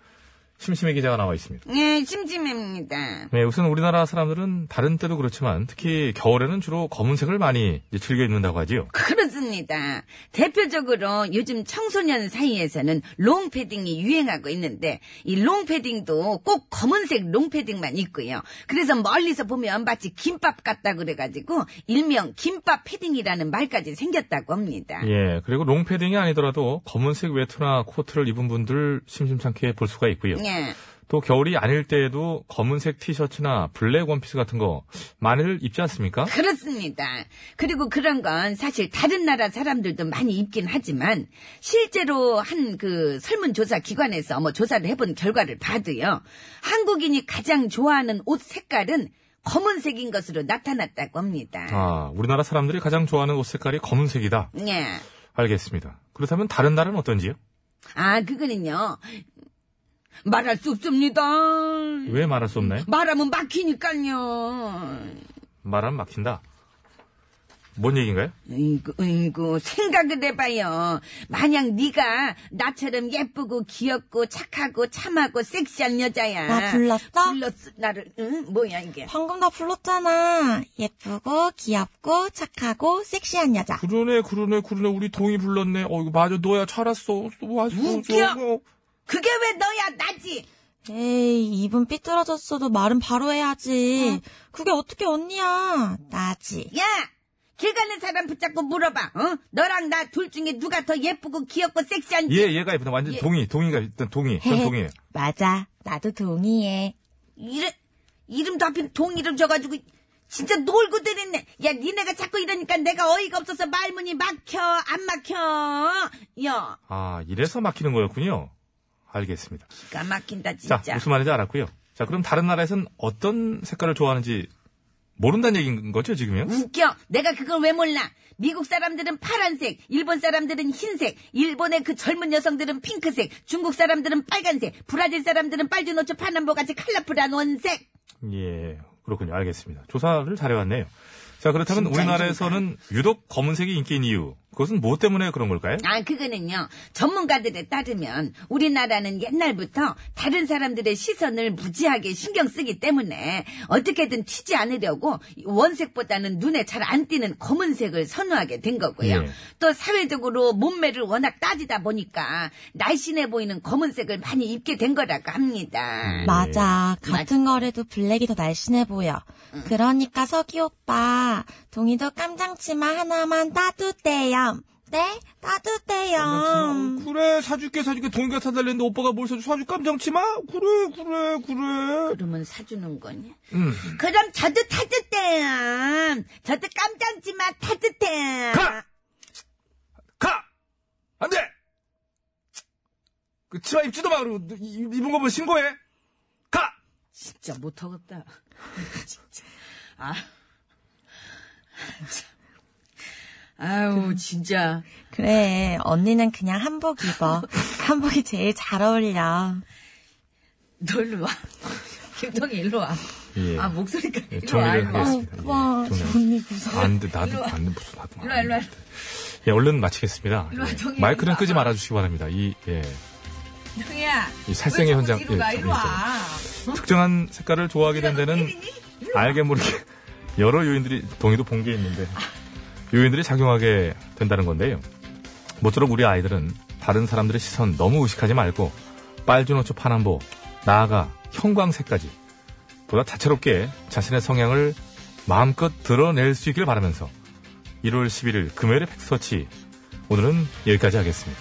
Speaker 1: 심심해 기자가 나와 있습니다.
Speaker 2: 예 심심합니다
Speaker 1: 네, 우선 우리나라 사람들은 다른 때도 그렇지만 특히 겨울에는 주로 검은색을 많이 이제 즐겨 입는다고 하지요.
Speaker 2: 그렇습니다 대표적으로 요즘 청소년 사이에서는 롱패딩이 유행하고 있는데 이 롱패딩도 꼭 검은색 롱패딩만 있고요 그래서 멀리서 보면 마치 김밥 같다 그래가지고 일명 김밥 패딩이라는 말까지 생겼다고 합니다
Speaker 1: 예, 그리고 롱패딩이 아니더라도 검은색 외투나 코트를 입은 분들 심심찮게 볼 수가 있고요.
Speaker 2: 예.
Speaker 1: 또 겨울이 아닐 때에도 검은색 티셔츠나 블랙 원피스 같은 거 많이들 입지 않습니까?
Speaker 2: 그렇습니다. 그리고 그런 건 사실 다른 나라 사람들도 많이 입긴 하지만 실제로 한 그 설문조사 기관에서 뭐 조사를 해본 결과를 봐도요. 한국인이 가장 좋아하는 옷 색깔은 검은색인 것으로 나타났다고 합니다.
Speaker 1: 아, 우리나라 사람들이 가장 좋아하는 옷 색깔이 검은색이다.
Speaker 2: 예.
Speaker 1: 알겠습니다. 그렇다면 다른 나라는 어떤지요?
Speaker 2: 아, 그거는요. 말할 수 없습니다.
Speaker 1: 왜 말할 수 없나요?
Speaker 2: 말하면 막히니까요.
Speaker 1: 말하면 막힌다. 뭔 얘기인가요?
Speaker 2: 이구, 이구, 그, 생각을 해봐요. 만약 네가 나처럼 예쁘고 귀엽고 착하고 참하고 섹시한 여자야.
Speaker 1: 아,
Speaker 8: 나 불렀어?
Speaker 2: 불렀어, 나를, 응? 뭐야, 이게.
Speaker 8: 방금 나 불렀잖아. 예쁘고 귀엽고 착하고 섹시한 여자.
Speaker 1: 그러네, 그러네, 그러네. 우리 동이 불렀네. 어, 이거 맞아. 너야, 잘았어. 뭐 하시고.
Speaker 2: 웃겨. 그게 왜 너야, 나지?
Speaker 1: 그-
Speaker 8: 에이, 입은 삐뚤어졌어도 말은 바로 해야지. 그게 어떻게 언니야. 나지.
Speaker 2: 야! 길 가는 사람 붙잡고 물어봐, 어? 너랑 나 둘 중에 누가 더 예쁘고 귀엽고 섹시한지.
Speaker 1: 얘, 얘가 일단 완전 동의, 동의가 일단 동의. 전 동의해요.
Speaker 8: 맞아. 나도 동의해.
Speaker 2: 이름, 이름도 하필 동이름 줘가지고, 진짜 놀고 들었네. 야, 니네가 자꾸 이러니까 내가 어이가 없어서 말문이 막혀, 안 막혀. 야,
Speaker 1: 아, 이래서 막히는 거였군요. 알겠습니다.
Speaker 2: 기가 막힌다,
Speaker 1: 자,
Speaker 2: 진짜.
Speaker 1: 무슨 말인지 알았고요. 자, 그럼 다른 나라에서는 어떤 색깔을 좋아하는지 모른다는 얘기인 거죠, 지금요?
Speaker 2: 웃겨. 내가 그걸 왜 몰라. 미국 사람들은 파란색, 일본 사람들은 흰색, 일본의 그 젊은 여성들은 핑크색, 중국 사람들은 빨간색, 브라질 사람들은 빨주노초 파남보같이 컬러풀한 원색.
Speaker 1: 예, 그렇군요. 알겠습니다. 조사를 잘해왔네요. 자, 그렇다면 우리나라에서는 유독 검은색이 인기인 이유. 그것은 뭐 때문에 그런 걸까요?
Speaker 2: 아, 그거는요. 전문가들에 따르면 우리나라는 옛날부터 다른 사람들의 시선을 무지하게 신경 쓰기 때문에 어떻게든 튀지 않으려고 원색보다는 눈에 잘 안 띄는 검은색을 선호하게 된 거고요.
Speaker 1: 예.
Speaker 2: 또 사회적으로 몸매를 워낙 따지다 보니까 날씬해 보이는 검은색을 많이 입게 된
Speaker 1: 음.
Speaker 2: 거라고
Speaker 1: 네.
Speaker 2: 합니다.
Speaker 8: 맞아. 같은 거래도 블랙이 더 날씬해 보여. 그러니까 석이 오빠, 동이도 깜장치마 하나만 따두대염. 네?
Speaker 2: 음.
Speaker 8: 따두대염.
Speaker 1: 어, 그래, 사줄게, 사줄게. 동기가 사달랬는데 오빠가 뭘 사줘? 사줄 깜장치마? 그래, 그래, 그래.
Speaker 2: 그러면 사주는 거냐?
Speaker 1: 음.
Speaker 2: 그럼 저도 타듯해요. 저도 깜짝지만 타듯해요.
Speaker 1: 가! 가! 안 돼! 그 치마 입지도 마. 그리고 이- 입은 거 보면 신고해. 가!
Speaker 2: 진짜 못하겠다. 진짜. 아. 참. 아유, 진짜.
Speaker 8: 그래, 언니는 그냥 한복 입어. 한복이 제일 잘 어울려.
Speaker 2: 너 일로 와. 김동이 일로 와.
Speaker 1: 예.
Speaker 2: 아, 목소리가
Speaker 1: 예,
Speaker 2: 일로 와.
Speaker 1: 정리를
Speaker 2: 일로 와.
Speaker 1: 하겠습니다.
Speaker 8: 아,
Speaker 1: 예, 정리를. 안 돼, 나도 안 돼, 무슨 나도.
Speaker 2: 일로 와, 일로 와.
Speaker 1: 예, 얼른 마치겠습니다.
Speaker 2: 일로 와,
Speaker 1: 예,
Speaker 2: 정리
Speaker 1: 마이크는
Speaker 2: 일로
Speaker 1: 끄지
Speaker 2: 와봐.
Speaker 1: 말아주시기 바랍니다. 이, 예,
Speaker 2: 동이야.
Speaker 1: 이 살생의 현장.
Speaker 2: 일로 와,
Speaker 1: 예,
Speaker 2: 일로 와.
Speaker 1: 저기 있죠. 특정한 색깔을 좋아하게 된 데는 알게 모르게 여러 요인들이 동의도 본 게 있는데 요인들이 작용하게 된다는 건데요. 모쪼록 우리 아이들은 다른 사람들의 시선 너무 의식하지 말고 빨주노초 파남보 나아가 형광색까지 보다 다채롭게 자신의 성향을 마음껏 드러낼 수 있길 바라면서 1월 11일 금요일의 팩스터치 오늘은 여기까지 하겠습니다.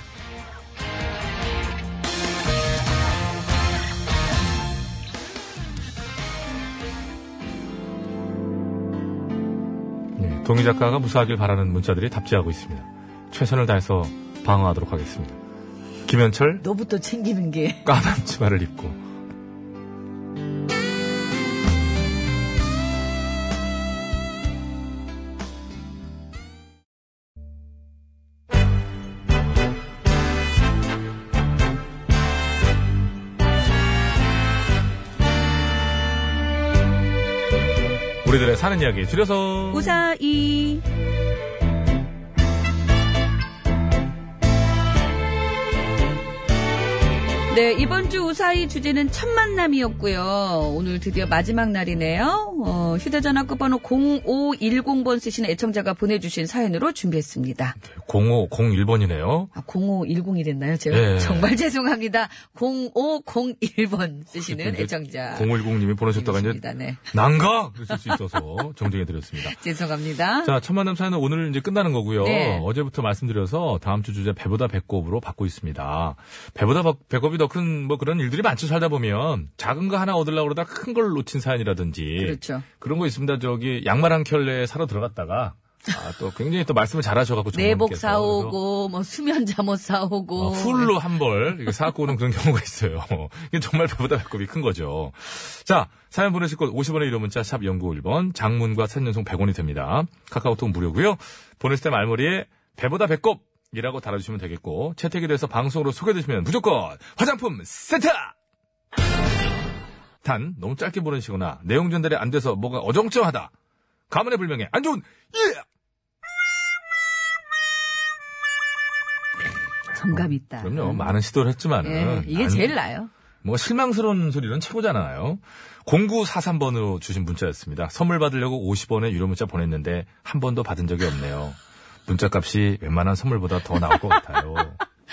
Speaker 1: 예, 동희 작가가 무사하길 바라는 문자들이 답지하고 있습니다. 최선을 다해서 방어하도록 하겠습니다. 김현철
Speaker 2: 너부터 챙기는 게.
Speaker 1: 까만 치마를 입고 우리들의 사는 이야기 줄여서
Speaker 9: 우사이 네, 이번 주 우사히 주제는 첫 만남이었고요. 오늘 드디어 마지막 날이네요. 어, 휴대전화 끝번호 0510번 쓰시는 애청자가 보내주신 사연으로 준비했습니다.
Speaker 1: 0501번이네요.
Speaker 9: 아, 0510이 됐나요? 제가
Speaker 1: 예.
Speaker 9: 정말 죄송합니다. 0501번 쓰시는 네, 애청자.
Speaker 1: 010님이 보내셨다가 이제
Speaker 9: 이십니다. 네.
Speaker 1: 난가 그러실 수 있어서 정정해 드렸습니다.
Speaker 9: 죄송합니다.
Speaker 1: 자, 첫 만남 사연은 오늘 이제 끝나는 거고요.
Speaker 9: 네.
Speaker 1: 어제부터 말씀드려서 다음 주 주제 배보다 배꼽으로 받고 있습니다. 배보다 바- 배꼽이 더 큰 뭐 그런 일들이 많죠. 살다 보면 작은 거 하나 얻으려고 그러다 큰 걸 놓친 사연이라든지
Speaker 9: 그렇죠.
Speaker 1: 그런거 있습니다. 저기 양말 한 켤레 사러 들어갔다가 아, 또 굉장히 또 말씀을 잘하셔갖고
Speaker 9: 내복
Speaker 1: 전문께서.
Speaker 9: 사오고 뭐 수면 잠옷
Speaker 1: 그래서,
Speaker 9: 사오고
Speaker 1: 어, 훌로 한 벌 사갖고 오는 그런 경우가 있어요. 이게 정말 배보다 배꼽이 큰 거죠. 자, 사연 보내실 곳 50원의 유료 문자 샵 0951번 장문과 사진 연속 100원이 됩니다. 카카오톡 무료고요. 보냈을 때 말머리에 배보다 배꼽 이라고 달아주시면 되겠고 채택이 돼서 방송으로 소개되시면 무조건 화장품 세트! 단 너무 짧게 보내시거나 내용 전달이 안 돼서 뭐가 어정쩡하다. 가문의 불명예 안 좋은 예!
Speaker 2: 정감 있다.
Speaker 1: 그럼요. 많은 시도를
Speaker 2: 예,
Speaker 1: 했지만은.
Speaker 2: 이게
Speaker 1: 안-
Speaker 2: 제일 나아요.
Speaker 1: 뭔가 실망스러운 소리는 최고잖아요. 0943번으로 주신 문자였습니다. 선물 받으려고 50원의 유료 문자 보냈는데 한 번도 받은 적이 없네요. 문자 값이 웬만한 선물보다 더 나올 것 같아요.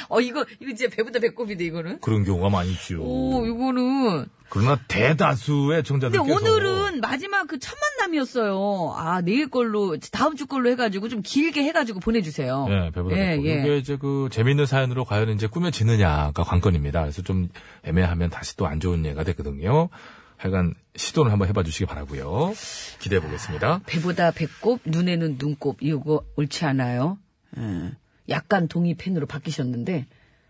Speaker 2: 어, 이거, 이거 진짜 배보다 배꼽인데, 이거는.
Speaker 1: 그런 경우가 많이 있죠.
Speaker 2: 오, 이거는.
Speaker 1: 그러나 대다수의
Speaker 2: 근데
Speaker 1: 청자들께서
Speaker 2: 오늘은 마지막 그 첫 만남이었어요. 아, 내일 걸로, 다음 주 걸로 해가지고 좀 길게 해가지고 보내주세요.
Speaker 1: 예, 배보다
Speaker 2: 예,
Speaker 1: 예,
Speaker 2: 예.
Speaker 1: 이게 이제 그 재미있는 사연으로 과연 이제 꾸며지느냐가 관건입니다. 그래서 좀 애매하면 다시 또 안 좋은 예가 되거든요. 하여간 시도를 한번 해봐 주시기 바라고요. 기대해 보겠습니다.
Speaker 2: 배보다 배꼽, 눈에는 눈꼽. 이거 옳지 않아요. 음, 약간 동의 팬으로 바뀌셨는데,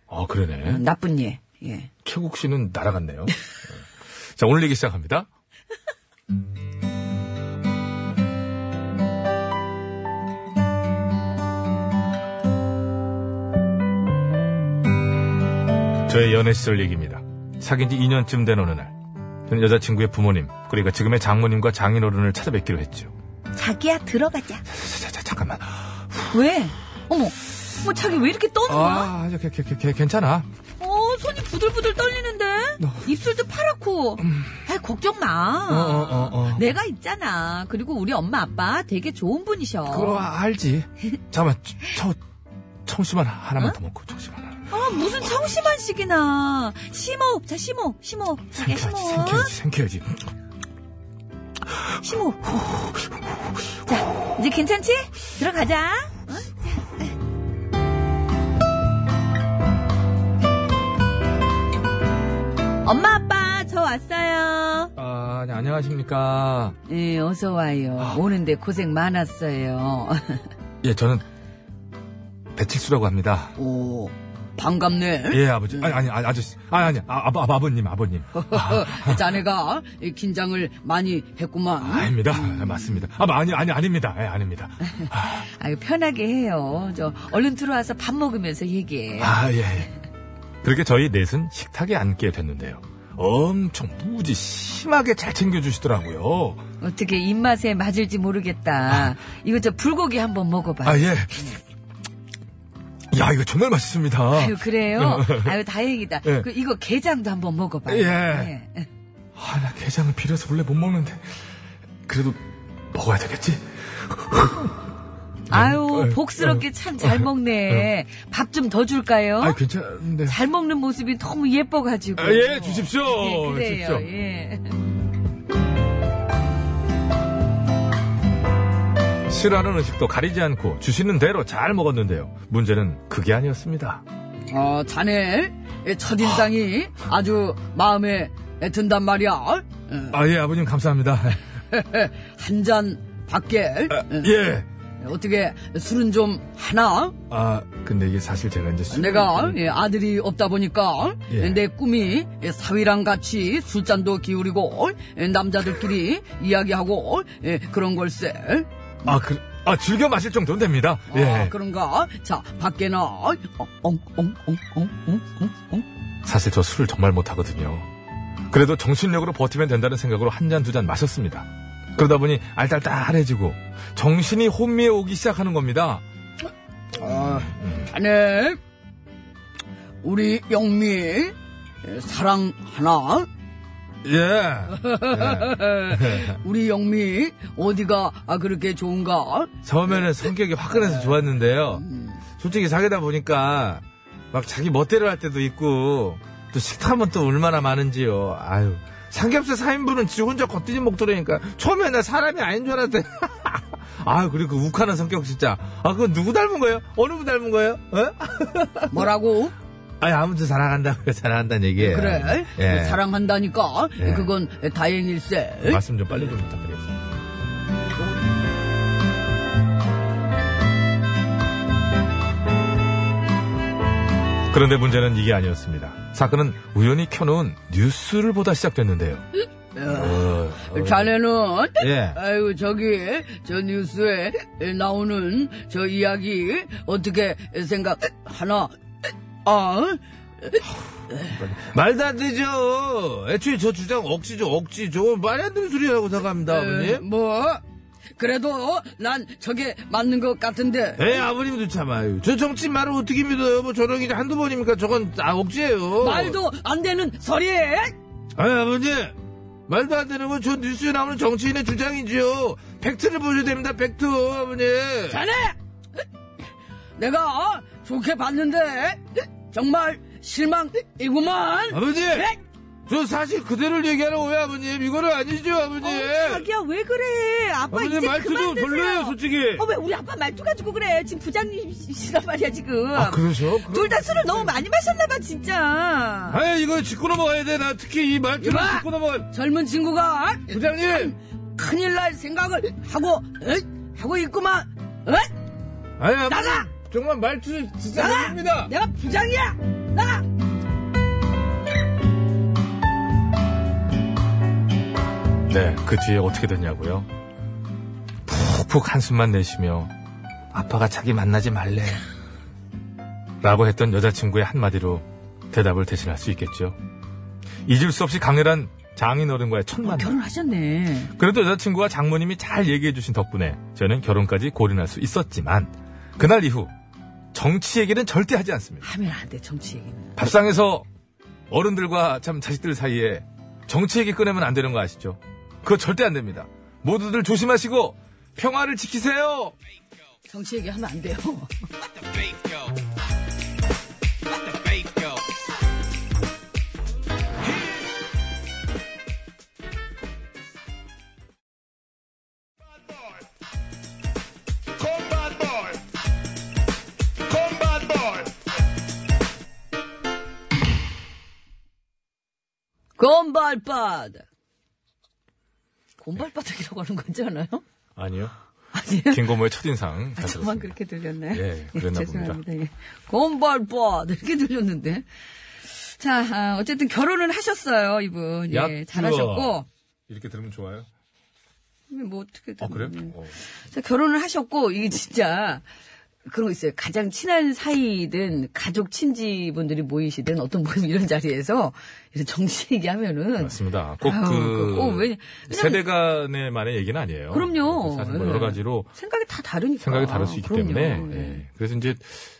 Speaker 1: 아 그러네.
Speaker 2: 음, 나쁜 예. 예.
Speaker 1: 최국 씨는 날아갔네요. 예. 자 오늘 얘기 시작합니다. 저의 연애 시절 얘기입니다. 사귄 지 2년쯤 된 어느 날, 저는 여자친구의 부모님, 그러니까 지금의 장모님과 장인어른을 찾아뵙기로 했죠.
Speaker 2: 자기야, 들어가자.
Speaker 1: 자, 자, 자, 잠깐만.
Speaker 2: 왜? 어머, 어머, 자기 왜 이렇게 떠는 거야?
Speaker 1: 아, 저, 걔, 걔, 걔, 걔, 괜찮아.
Speaker 2: 어, 손이 부들부들 떨리는데? 입술도 파랗고. 아이, 걱정 마.
Speaker 1: 음. 어, 어, 어, 어.
Speaker 2: 내가 있잖아. 그리고 우리 엄마 아빠 되게 좋은 분이셔.
Speaker 1: 그거 아- 알지. 잠깐만, 저, 청심환 하나만 더 먹고, 청심환 하나.
Speaker 2: 아, 무슨 청심한 식이나. 심호흡, 자, 심호흡, 심호흡. 자기야,
Speaker 1: 생겨야지,
Speaker 2: 심호흡.
Speaker 1: 생겨야지, 생겨야지.
Speaker 2: 심호흡. 자, 이제 괜찮지? 들어가자. 어? 자. 엄마, 아빠, 저 왔어요.
Speaker 1: 아, 네, 안녕하십니까.
Speaker 2: 네, 어서 와요. 오는데 고생 많았어요.
Speaker 1: 예, 저는 배칠수라고 합니다.
Speaker 2: 오, 반갑네.
Speaker 1: 예, 아버지. 아니, 아니, 아니, 아저씨. 아니, 아니, 아, 아버, 아버, 아버님, 아버님.
Speaker 2: 어, 자네가 이 긴장을 많이
Speaker 1: 아,
Speaker 2: 했구만.
Speaker 1: 닙니다 맞습니다. 아, 아니, 아니, 아닙니다. 예, 아닙니다.
Speaker 2: 아유, 편하게 해요. 저 얼른 들어와서 밥 먹으면서 얘기해.
Speaker 1: 아, 예, 예. 그렇게 저희 넷은 식탁에 앉게 됐는데요. 엄청 무지 심하게 잘 챙겨주시더라고요.
Speaker 2: 어떻게 입맛에 맞을지 모르겠다. 이거 저 불고기 한번 먹어봐.
Speaker 1: 아, 예. 야, 이거 정말 맛있습니다.
Speaker 2: 아유, 그래요?
Speaker 10: 어.
Speaker 2: 아유, 다행이다.
Speaker 1: 예.
Speaker 2: 그 이거 게장도 한번 먹어봐.
Speaker 1: 예. 아, 나 게장을 비려서 원래 못 먹는데. 그래도 먹어야 되겠지?
Speaker 2: 아유,
Speaker 10: 예.
Speaker 1: 아유,
Speaker 2: 복스럽게 참 잘 먹네. 밥 좀 더 줄까요?
Speaker 10: 그
Speaker 1: 아, 괜찮은데.
Speaker 2: 어? 잘 먹는 모습이 너무 예뻐가지고.
Speaker 1: 아, 예, 주십시오.
Speaker 10: 어,
Speaker 2: 예, 그래요.
Speaker 1: 주십시오.
Speaker 2: 예. 예.
Speaker 1: 싫어하는 음식도 가리지 않고 주시는 대로 잘 먹었는데요. 문제는 그게 아니었습니다.
Speaker 2: 어, 자네 첫인상이 아주 마음에 든단 말이야. 어? 예,
Speaker 1: 아, 예, 아버님 감사합니다.
Speaker 2: 한 잔 밖에
Speaker 1: 예.
Speaker 2: 어떻게 술은 좀 하나?
Speaker 1: 아, 근데 이게 사실 제가 이제 술-
Speaker 2: 내가 예, 아들이 없다 보니까
Speaker 1: 예.
Speaker 2: 내 꿈이 예, 사위랑 같이 술잔도 기울이고 예, 남자들끼리 이야기하고 예, 그런 걸세.
Speaker 1: 아, 그, 아, 즐겨 마실 정도는 됩니다.
Speaker 2: 아,
Speaker 1: 예.
Speaker 2: 그런가? 자, 밖에는 어, 엉엉엉엉엉엉엉.
Speaker 1: 사실 저 술을 정말 못하거든요. 그래도 정신력으로 버티면 된다는 생각으로 한 잔, 두 잔 마셨습니다. 그러다 보니 알딸딸해지고 정신이 혼미해 오기 시작하는 겁니다.
Speaker 2: 자네, 우리 영미 예, 사랑 하나.
Speaker 1: 예.
Speaker 2: 우리 영미 어디가 아, 그렇게 좋은가? 네.
Speaker 10: 처음에는 성격이 화끈해서 좋았는데요.
Speaker 2: 음,
Speaker 10: 솔직히 사귀다 보니까 막 자기 멋대로 할 때도 있고 또 식탐은 또 얼마나 많은지요. 아유. 삼겹살 4인분은 지 혼자 겉들인 목도리니까 처음에 나 사람이 아닌 줄 알았대. 아, 그리고 그 욱하는 성격 진짜. 아, 그건 누구 닮은 거예요? 어느 분 닮은 거예요? 어?
Speaker 2: 뭐라고?
Speaker 10: 아니, 아무튼 사랑한다고 사랑한다는 얘기예요.
Speaker 2: 네, 그래
Speaker 10: 예.
Speaker 2: 사랑한다니까
Speaker 10: 예.
Speaker 2: 그건
Speaker 4: 네?
Speaker 2: 다행일세
Speaker 10: 말씀 좀 빨리 좀 부탁드리겠습니다.
Speaker 1: 그런데 문제는 이게 아니었습니다. 사건은 우연히 켜놓은 뉴스를 보다 시작됐는데요. 어,
Speaker 10: 아,
Speaker 2: 자네는
Speaker 10: 예.
Speaker 2: 아유 저기 저 뉴스에 나오는 저 이야기 어떻게 생각하나 아
Speaker 10: 말도 안
Speaker 4: 네.
Speaker 10: 되죠. 애초에 저 주장 억지죠, 억지죠. 말이 안 되는 소리라고 생각합니다, 아버님.
Speaker 2: 뭐
Speaker 4: 그래도 어, 난 저게 맞는 것 같은데.
Speaker 10: 에 예, 아버님도 참아요. 저 정치 말을 어떻게 믿어요? 뭐 저런 게 한두 번입니까? 저건 아 억지예요.
Speaker 4: 말도 안 되는 소리.
Speaker 10: 아니 아버지 말도 안 되는 건 저 뉴스에 나오는 정치인의 주장이지요. 팩트를 보셔야 됩니다. 팩트 아버지.
Speaker 4: 자네, 내가 어, 좋게 봤는데 정말 실망이구만.
Speaker 10: 아버지 저 사실 그대로를 얘기하는 거예요 아버님. 이거는 아니죠 아버지.
Speaker 2: 어, 자기야 왜 그래? 아빠
Speaker 10: 예. 아버님
Speaker 2: 이제
Speaker 10: 말투도
Speaker 2: 그만 드세요.
Speaker 10: 별로예요 솔직히.
Speaker 2: 어, 왜 우리 아빠 말투 가지고 그래? 지금 부장님이시단 말이야 지금.
Speaker 10: 아 그러셔?
Speaker 2: 둘 다 술을 너무 많이 마셨나봐 진짜.
Speaker 10: 아 이거 짚고 넘어가야 돼. 나 특히 이 말투를
Speaker 4: 이봐!
Speaker 10: 짚고 넘어가.
Speaker 4: 젊은 친구가
Speaker 10: 부장님.
Speaker 4: 큰일 날 생각을 하고 어? 하고 있구만. 어?
Speaker 10: 아니 아버지.
Speaker 4: 나가!
Speaker 10: 정말 말투 진짜
Speaker 4: 나가!
Speaker 10: 모릅니다.
Speaker 4: 내가 부장이야! 나가!
Speaker 1: 네, 그 뒤에 어떻게 됐냐고요? 푹푹 한숨만 내쉬며 아빠가 자기 만나지 말래. 라고 했던 여자친구의 한마디로 대답을 대신할 수 있겠죠. 잊을 수 없이 강렬한 장인어른과의 첫 만남.
Speaker 2: 결혼하셨네.
Speaker 1: 그래도 여자친구와 장모님이 잘 얘기해주신 덕분에 저는 결혼까지 고린할 수 있었지만 그날 이후 정치 얘기는 절대 하지 않습니다.
Speaker 2: 하면 안 돼 정치 얘기는.
Speaker 1: 밥상에서 어른들과 참 자식들 사이에 정치 얘기 꺼내면 안 되는 거 아시죠? 그거 절대 안 됩니다. 모두들 조심하시고 평화를 지키세요.
Speaker 2: 정치 얘기 하면 안 돼요. 곰발바닥. 곰발바닥이라고 하는 건지 않아요?
Speaker 1: 아니요.
Speaker 2: 아니에요?
Speaker 1: 김고모의 첫인상. 잘
Speaker 2: 저만
Speaker 1: 들었습니다.
Speaker 2: 그렇게 들렸나요?
Speaker 1: 예, 그랬나
Speaker 2: 죄송합니다. 예. 곰발바닥 이렇게 들렸는데. 자, 아, 어쨌든 결혼은 하셨어요, 이분.
Speaker 1: 야,
Speaker 2: 예, 잘하셨고.
Speaker 1: 그거. 이렇게 들으면 좋아요.
Speaker 2: 뭐 어떻게
Speaker 1: 아, 그래요?
Speaker 2: 되면.
Speaker 1: 어.
Speaker 2: 자, 결혼을 하셨고, 이게 진짜, 그런 거 있어요. 가장 친한 사이든, 가족 친지분들이 모이시든, 어떤 모임 이런 자리에서, 이런 정치 얘기하면은.
Speaker 1: 맞습니다. 꼭
Speaker 2: 음. 아유,
Speaker 1: 그,
Speaker 2: 그- 어, 왜냐- 왜냐면-
Speaker 1: 세대 간의만의 얘기는 아니에요.
Speaker 2: 그럼요.
Speaker 1: 사실 뭐
Speaker 2: 예.
Speaker 1: 여러 가지로
Speaker 2: 생각이 다 다르니까.
Speaker 1: 생각이 다를 수 있기
Speaker 2: 아, 그럼요.
Speaker 1: 때문에
Speaker 2: 네.
Speaker 1: 예. 그래서 이제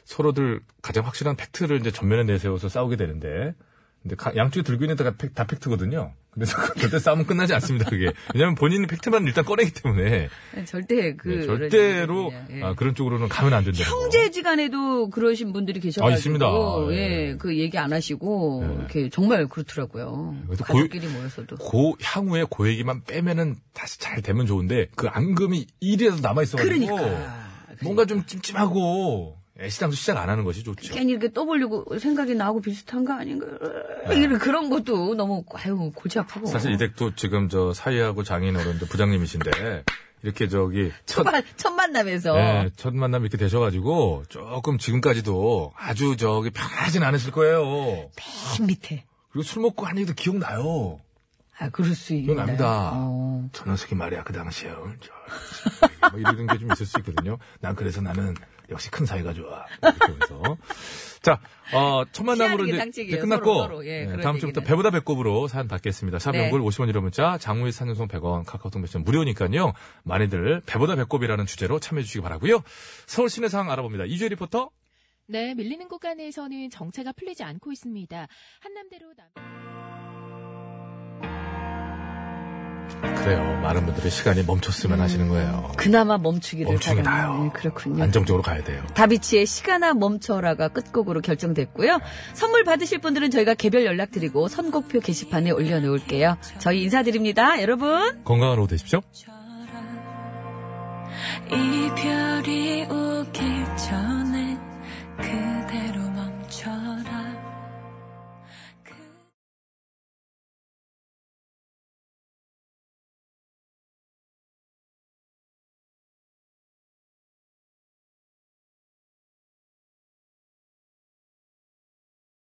Speaker 1: 서로들 가장 확실한 팩트를 이제 전면에 내세워서 싸우게 되는데 근데 가- 양쪽에 들고 있는 데가 팩- 다 팩트거든요. 근데 자꾸 절대 싸움은 끝나지 않습니다. 그게 왜냐하면 본인이 팩트만 일단 꺼내기 때문에
Speaker 2: 절대 그.
Speaker 1: 예, 절대로
Speaker 2: 예.
Speaker 1: 아, 그런 쪽으로는 가면 안 된다.
Speaker 2: 형제지간에도 그러신 분들이 계셔가지고
Speaker 1: 아, 있습니다.
Speaker 2: 예,
Speaker 1: 예.
Speaker 2: 그 얘기 안 하시고
Speaker 1: 예.
Speaker 2: 이렇게 정말 그렇더라고요.
Speaker 1: 그래서 고-
Speaker 2: 가족끼리 모여서도.
Speaker 1: 고 향후에 고 얘기만 빼면은 다시 잘 되면 좋은데 그 앙금이 일이라도 남아 있어가지고
Speaker 2: 그러니까.
Speaker 1: 뭔가 좀 찜찜하고 애시당초 시작 안 하는 것이 좋죠.
Speaker 2: 괜히 이렇게 떠벌리고 생각이 나고 비슷한 거 아닌가? 이런 그런 것도 너무 아유 골치 아프고.
Speaker 1: 네. 사실 이댁도 지금 저 사위하고 장인 어른도 부장님이신데 이렇게 저기
Speaker 2: 첫, 만- 첫 만남에서
Speaker 1: 네, 첫 만남 이렇게 되셔가지고 조금 지금까지도 아주 저기 편하진 않으실 거예요.
Speaker 2: 맨 아, 밑에.
Speaker 1: 그리고 술 먹고 한 얘기도 기억나요.
Speaker 2: 아 그럴 수 있나요?
Speaker 1: 기억납니다.
Speaker 2: 어.
Speaker 1: 저 녀석이 말이야 그 당시에 저, 뭐 이런 게 좀 있을 수 있거든요. 난 그래서 나는 역시 큰 사이가 좋아. 이렇게 하면서 자, 어, 첫 만남으로
Speaker 2: 피하는 게
Speaker 1: 이제
Speaker 2: 상책이에요.
Speaker 1: 끝났고 네,
Speaker 2: 서로, 서로. 예, 그런
Speaker 1: 다음 주부터
Speaker 2: 얘기는.
Speaker 1: 배보다 배꼽으로 사연 받겠습니다. 샵
Speaker 2: 네.
Speaker 1: 연골 50원 이런 문자, 장우의 산전송 100원, 카카오톡 메시지 무료니까요. 많이들 배보다 배꼽이라는 주제로 참여해 주시기 바라고요. 서울 시내 상황 알아봅니다. 이주혜 리포터.
Speaker 11: 네, 밀리는 구간에서는 정체가 풀리지 않고 있습니다. 한남대로 남...
Speaker 1: 그래요. 많은 분들의 시간이 멈췄으면 하시는 거예요.
Speaker 2: 그나마 멈추기를
Speaker 1: 멈춤이
Speaker 2: 바라는,
Speaker 1: 나요.
Speaker 2: 예, 그렇군요.
Speaker 1: 안정적으로 가야 돼요.
Speaker 2: 음. 다비치의 시간아 멈춰라가 끝곡으로 결정됐고요. 선물 받으실 분들은 저희가 개별 연락드리고 선곡표 게시판에 올려놓을게요. 저희 인사드립니다. 여러분.
Speaker 1: 건강한 오후 되십시오.
Speaker 6: 이별이 오기 전